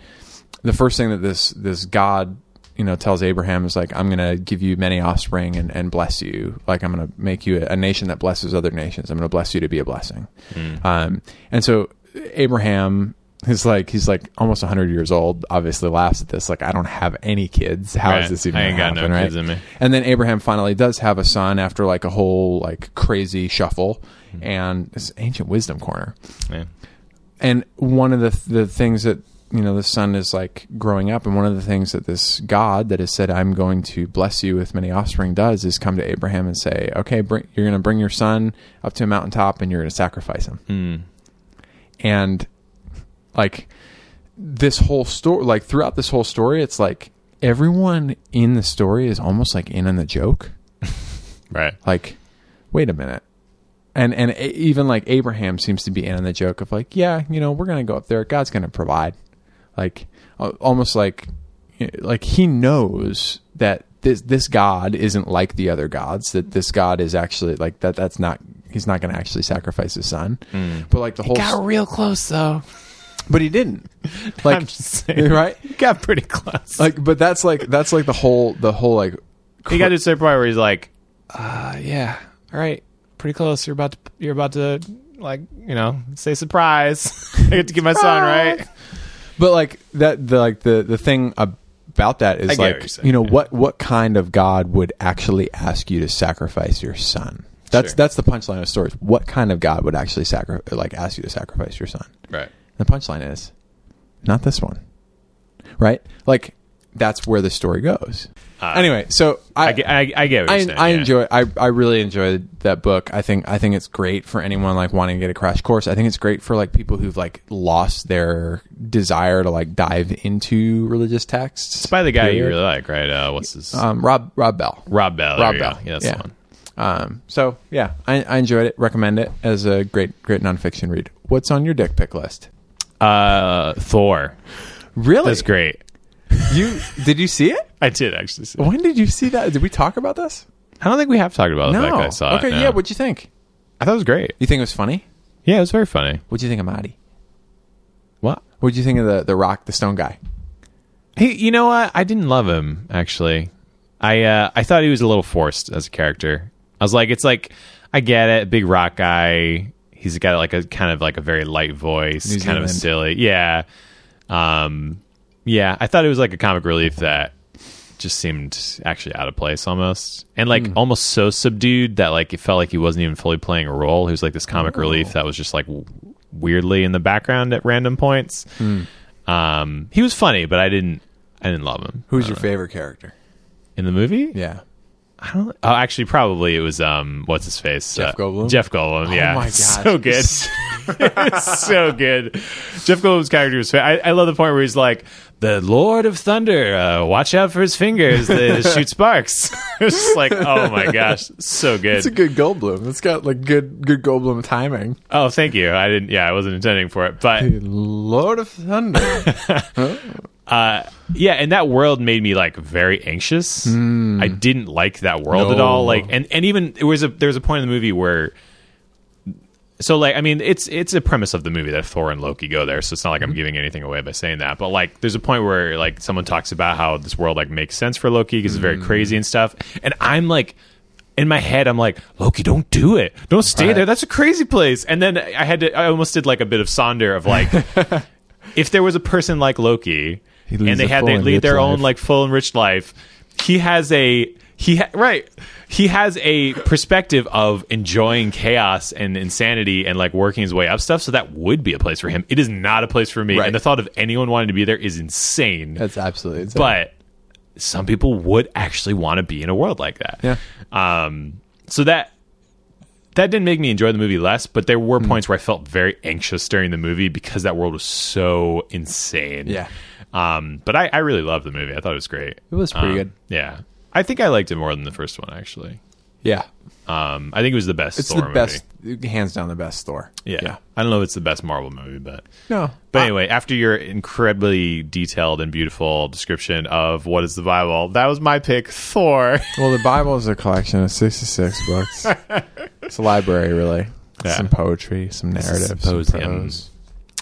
Speaker 1: the first thing that this this God you know tells Abraham is like, I'm gonna give you many offspring and, and bless you, like I'm gonna make you a, a nation that blesses other nations. I'm gonna bless you to be a blessing,
Speaker 2: Hmm.
Speaker 1: um, and so Abraham. is like he's like almost 100 years old. Obviously, laughs at this. Like, I don't have any kids. How is
Speaker 2: Right.
Speaker 1: this even?
Speaker 2: I ain't
Speaker 1: gonna
Speaker 2: got no
Speaker 1: happen, right?
Speaker 2: kids in me.
Speaker 1: And then Abraham finally does have a son after like a whole like crazy shuffle
Speaker 2: Hmm.
Speaker 1: and it's ancient wisdom corner.
Speaker 2: Yeah.
Speaker 1: And one of the the things that you know the son is like growing up and one of the things that this God that has said I'm going to bless you with many offspring does is come to Abraham and say, "Okay, bring, you're going to bring your son up to a mountaintop and you're going to sacrifice him."
Speaker 2: Mm.
Speaker 1: and like this whole story like throughout this whole story it's like everyone in the story is almost like in on the joke
Speaker 2: Right.
Speaker 1: like wait a minute and and a- even like abraham seems to be in on the joke of like yeah you know we're gonna go up there god's gonna provide like al- almost like like he knows that this this god isn't like the other gods that this god is actually like that that's not he's not gonna actually sacrifice his son
Speaker 2: Hmm.
Speaker 1: but like the whole
Speaker 2: Got real close though.
Speaker 1: but he didn't like
Speaker 2: I'm just saying.
Speaker 1: right
Speaker 2: Got pretty close.
Speaker 1: like but that's like that's like the whole the whole like
Speaker 2: he got to a certain point where he's like, uh, "Yeah, all right, pretty close. You're about to, you're about to, like, you know, say surprise. I get to give my son, right?
Speaker 1: but like that the like the the thing about that is
Speaker 2: I get what
Speaker 1: like
Speaker 2: you're saying,
Speaker 1: you know
Speaker 2: yeah.
Speaker 1: what what kind of god would actually ask you to sacrifice your son that's
Speaker 2: Sure.
Speaker 1: that's the punchline of the story what kind of god would actually sacri- like ask you to sacrifice your son
Speaker 2: Right.
Speaker 1: the punchline is not this one right like that's where the story goes
Speaker 2: Uh,
Speaker 1: anyway so i,
Speaker 2: I, get- I, I get what
Speaker 1: I,
Speaker 2: you're saying.
Speaker 1: I
Speaker 2: yeah.
Speaker 1: enjoy I, I really enjoyed that book. I think I think it's great for anyone like wanting to get a crash course. I think it's great for like people who've like lost their desire to like dive into religious texts.
Speaker 2: By the guy you
Speaker 1: Period.
Speaker 2: really like, right? Uh, what's his?
Speaker 1: um Rob Rob Bell.
Speaker 2: Rob Bell. there
Speaker 1: Rob
Speaker 2: you go.
Speaker 1: Bell.
Speaker 2: Yeah, that's
Speaker 1: Yeah.
Speaker 2: the one.
Speaker 1: Um so yeah, I, I enjoyed it. Recommend it as a great great nonfiction read. What's on your dick pic list?
Speaker 2: Uh, Thor.
Speaker 1: Really?
Speaker 2: That's great.
Speaker 1: You did you see it?
Speaker 2: I did actually. See.
Speaker 1: When did you see that? Did we talk about this?
Speaker 2: I don't think we have talked about the fact that I saw
Speaker 1: okay,
Speaker 2: it. no.
Speaker 1: yeah, what'd you think?
Speaker 2: I thought it was great.
Speaker 1: You think it was funny?
Speaker 2: Yeah, it was very funny.
Speaker 1: What'd you think of Marty?
Speaker 2: What?
Speaker 1: What'd you think of the, the rock, the stone guy?
Speaker 2: He, you know what? I didn't love him actually. I uh, I thought he was a little forced as a character. I was like, it's like I get it, big rock guy. He's got like a kind of like a very light voice,
Speaker 1: New
Speaker 2: kind of
Speaker 1: Zealand.
Speaker 2: silly. Yeah, um, yeah. I thought it was like a comic relief that just seemed actually out of place almost, and like almost so subdued that like it felt like he wasn't even fully playing a role. He was like this comic relief that was just like w- weirdly in the background at random points. Um, he was funny, but I didn't. I didn't love him
Speaker 1: Who's your favorite character?
Speaker 2: in the movie.
Speaker 1: Yeah.
Speaker 2: I don't. Oh, actually, probably it was um, what's his face?
Speaker 1: Jeff Goldblum? Oh
Speaker 2: Jeff Goldblum. Yeah.
Speaker 1: my God.
Speaker 2: So good. so good. Jeff Goldblum's character was. fa- I, I love the point where he's like, "The Lord of Thunder, uh, watch out for his fingers that shoot sparks." it's just like, oh my gosh, so good.
Speaker 1: It's a good Goldblum. It's got like good good Goldblum timing.
Speaker 2: oh, thank you. I didn't. Yeah, I wasn't intending for it, but
Speaker 1: Lord of Thunder.
Speaker 2: uh, yeah, and that world made me like very anxious. I didn't like that world at
Speaker 1: Hmm. No.
Speaker 2: all. Like, and and even it was a there was a point in the movie where. So like I mean it's it's a premise of the movie that Thor and Loki go there so it's not like
Speaker 1: Hmm.
Speaker 2: I'm giving anything away by saying that but like there's a point where like someone talks about how this world like makes sense for Loki because it's very
Speaker 1: Hmm.
Speaker 2: crazy and stuff and I'm like in my head I'm like Loki don't do it don't stay
Speaker 1: Right.
Speaker 2: there that's a crazy place and then I had to I almost did like a bit of Sonder of like if there was a person like Loki
Speaker 1: He leads
Speaker 2: and they
Speaker 1: a
Speaker 2: had
Speaker 1: full
Speaker 2: they
Speaker 1: and
Speaker 2: lead
Speaker 1: rich
Speaker 2: their
Speaker 1: life.
Speaker 2: own like full enriched life, he has a he ha- right he has a perspective of enjoying chaos and insanity and like working his way up stuff. So that would be a place for him. It is not a place for me.
Speaker 1: Right.
Speaker 2: And the thought of anyone wanting to be there is insane.
Speaker 1: That's absolutely insane.
Speaker 2: but some people would actually want to be in a world like that.
Speaker 1: yeah,
Speaker 2: Um, so that that didn't make me enjoy the movie less, but there
Speaker 1: Hmm.
Speaker 2: were points where I felt very anxious during the movie because that world was so insane.
Speaker 1: Yeah.
Speaker 2: Um, but I, I really loved the movie. I thought it was great.
Speaker 1: it was pretty
Speaker 2: Um,
Speaker 1: good.
Speaker 2: Yeah. I think I liked it more than the first one actually.
Speaker 1: Yeah,
Speaker 2: Um, I think it was the best
Speaker 1: it's the
Speaker 2: Thor movie.
Speaker 1: best, hands down, the best Thor.
Speaker 2: Yeah. I don't know if it's the best Marvel movie, but
Speaker 1: No,
Speaker 2: but anyway, after your incredibly detailed and beautiful description of what is the Bible, that was my pick, Thor.
Speaker 1: Well, the Bible is a collection of 66 books. it's a library, really.
Speaker 2: Yeah.
Speaker 1: Some poetry, some narrative, some
Speaker 2: symposium.
Speaker 1: prose,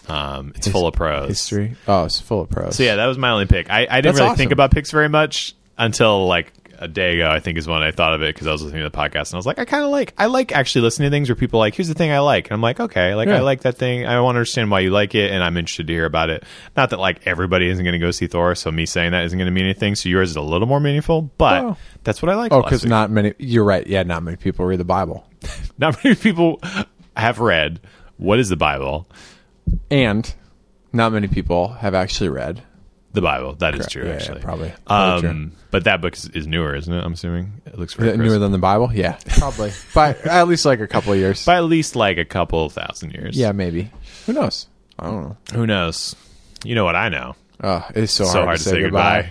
Speaker 2: Um, it's full of prose.
Speaker 1: history. Oh, it's full of prose.
Speaker 2: So yeah, that was my only pick. I, I didn't
Speaker 1: That's
Speaker 2: really
Speaker 1: awesome.
Speaker 2: think about picks very much until like a day ago. I think is when I thought of it because I was listening to the podcast and I was like, I kind of like I like actually listening to things where people are like, here's the thing I like, and I'm like, okay, like
Speaker 1: Yeah.
Speaker 2: I like that thing. I want to understand why you like it, and I'm interested to hear about it. Not that like everybody isn't going to go see Thor, so me saying that isn't going to mean anything. So yours is a little more meaningful, but
Speaker 1: Oh.
Speaker 2: that's what I like.
Speaker 1: Oh, because not many. You're right. Yeah, not many people read the Bible.
Speaker 2: not many people have read what is the Bible.
Speaker 1: And not many people have actually read.
Speaker 2: The Bible, that is true.
Speaker 1: yeah, yeah,
Speaker 2: actually,
Speaker 1: probably. Probably true.
Speaker 2: Um, but that book is, is newer, isn't it? I'm assuming it looks
Speaker 1: Is
Speaker 2: very
Speaker 1: it
Speaker 2: crisp.
Speaker 1: newer than the Bible? Yeah, probably. By at least like a couple of years.
Speaker 2: by at least like a couple thousand years.
Speaker 1: yeah, maybe. Who knows? I don't know.
Speaker 2: Who knows? You know what I know.
Speaker 1: Uh, it's so,
Speaker 2: So
Speaker 1: hard, to say, goodbye.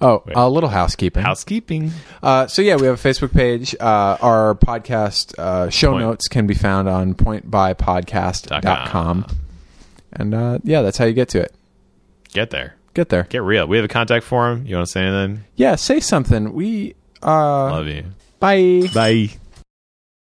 Speaker 2: goodbye.
Speaker 1: Oh, a little housekeeping.
Speaker 2: Housekeeping.
Speaker 1: Uh, so yeah, we have a Facebook page. Uh, our podcast uh, show
Speaker 2: Point.
Speaker 1: notes can be found on pointbypodcast.com. And uh, yeah, that's how you get to it.
Speaker 2: Get there.
Speaker 1: Get there.
Speaker 2: Get real. We have a contact form. You want to say anything?
Speaker 1: Yeah, say something. We uh,
Speaker 2: Love you.
Speaker 1: bye.
Speaker 2: Bye.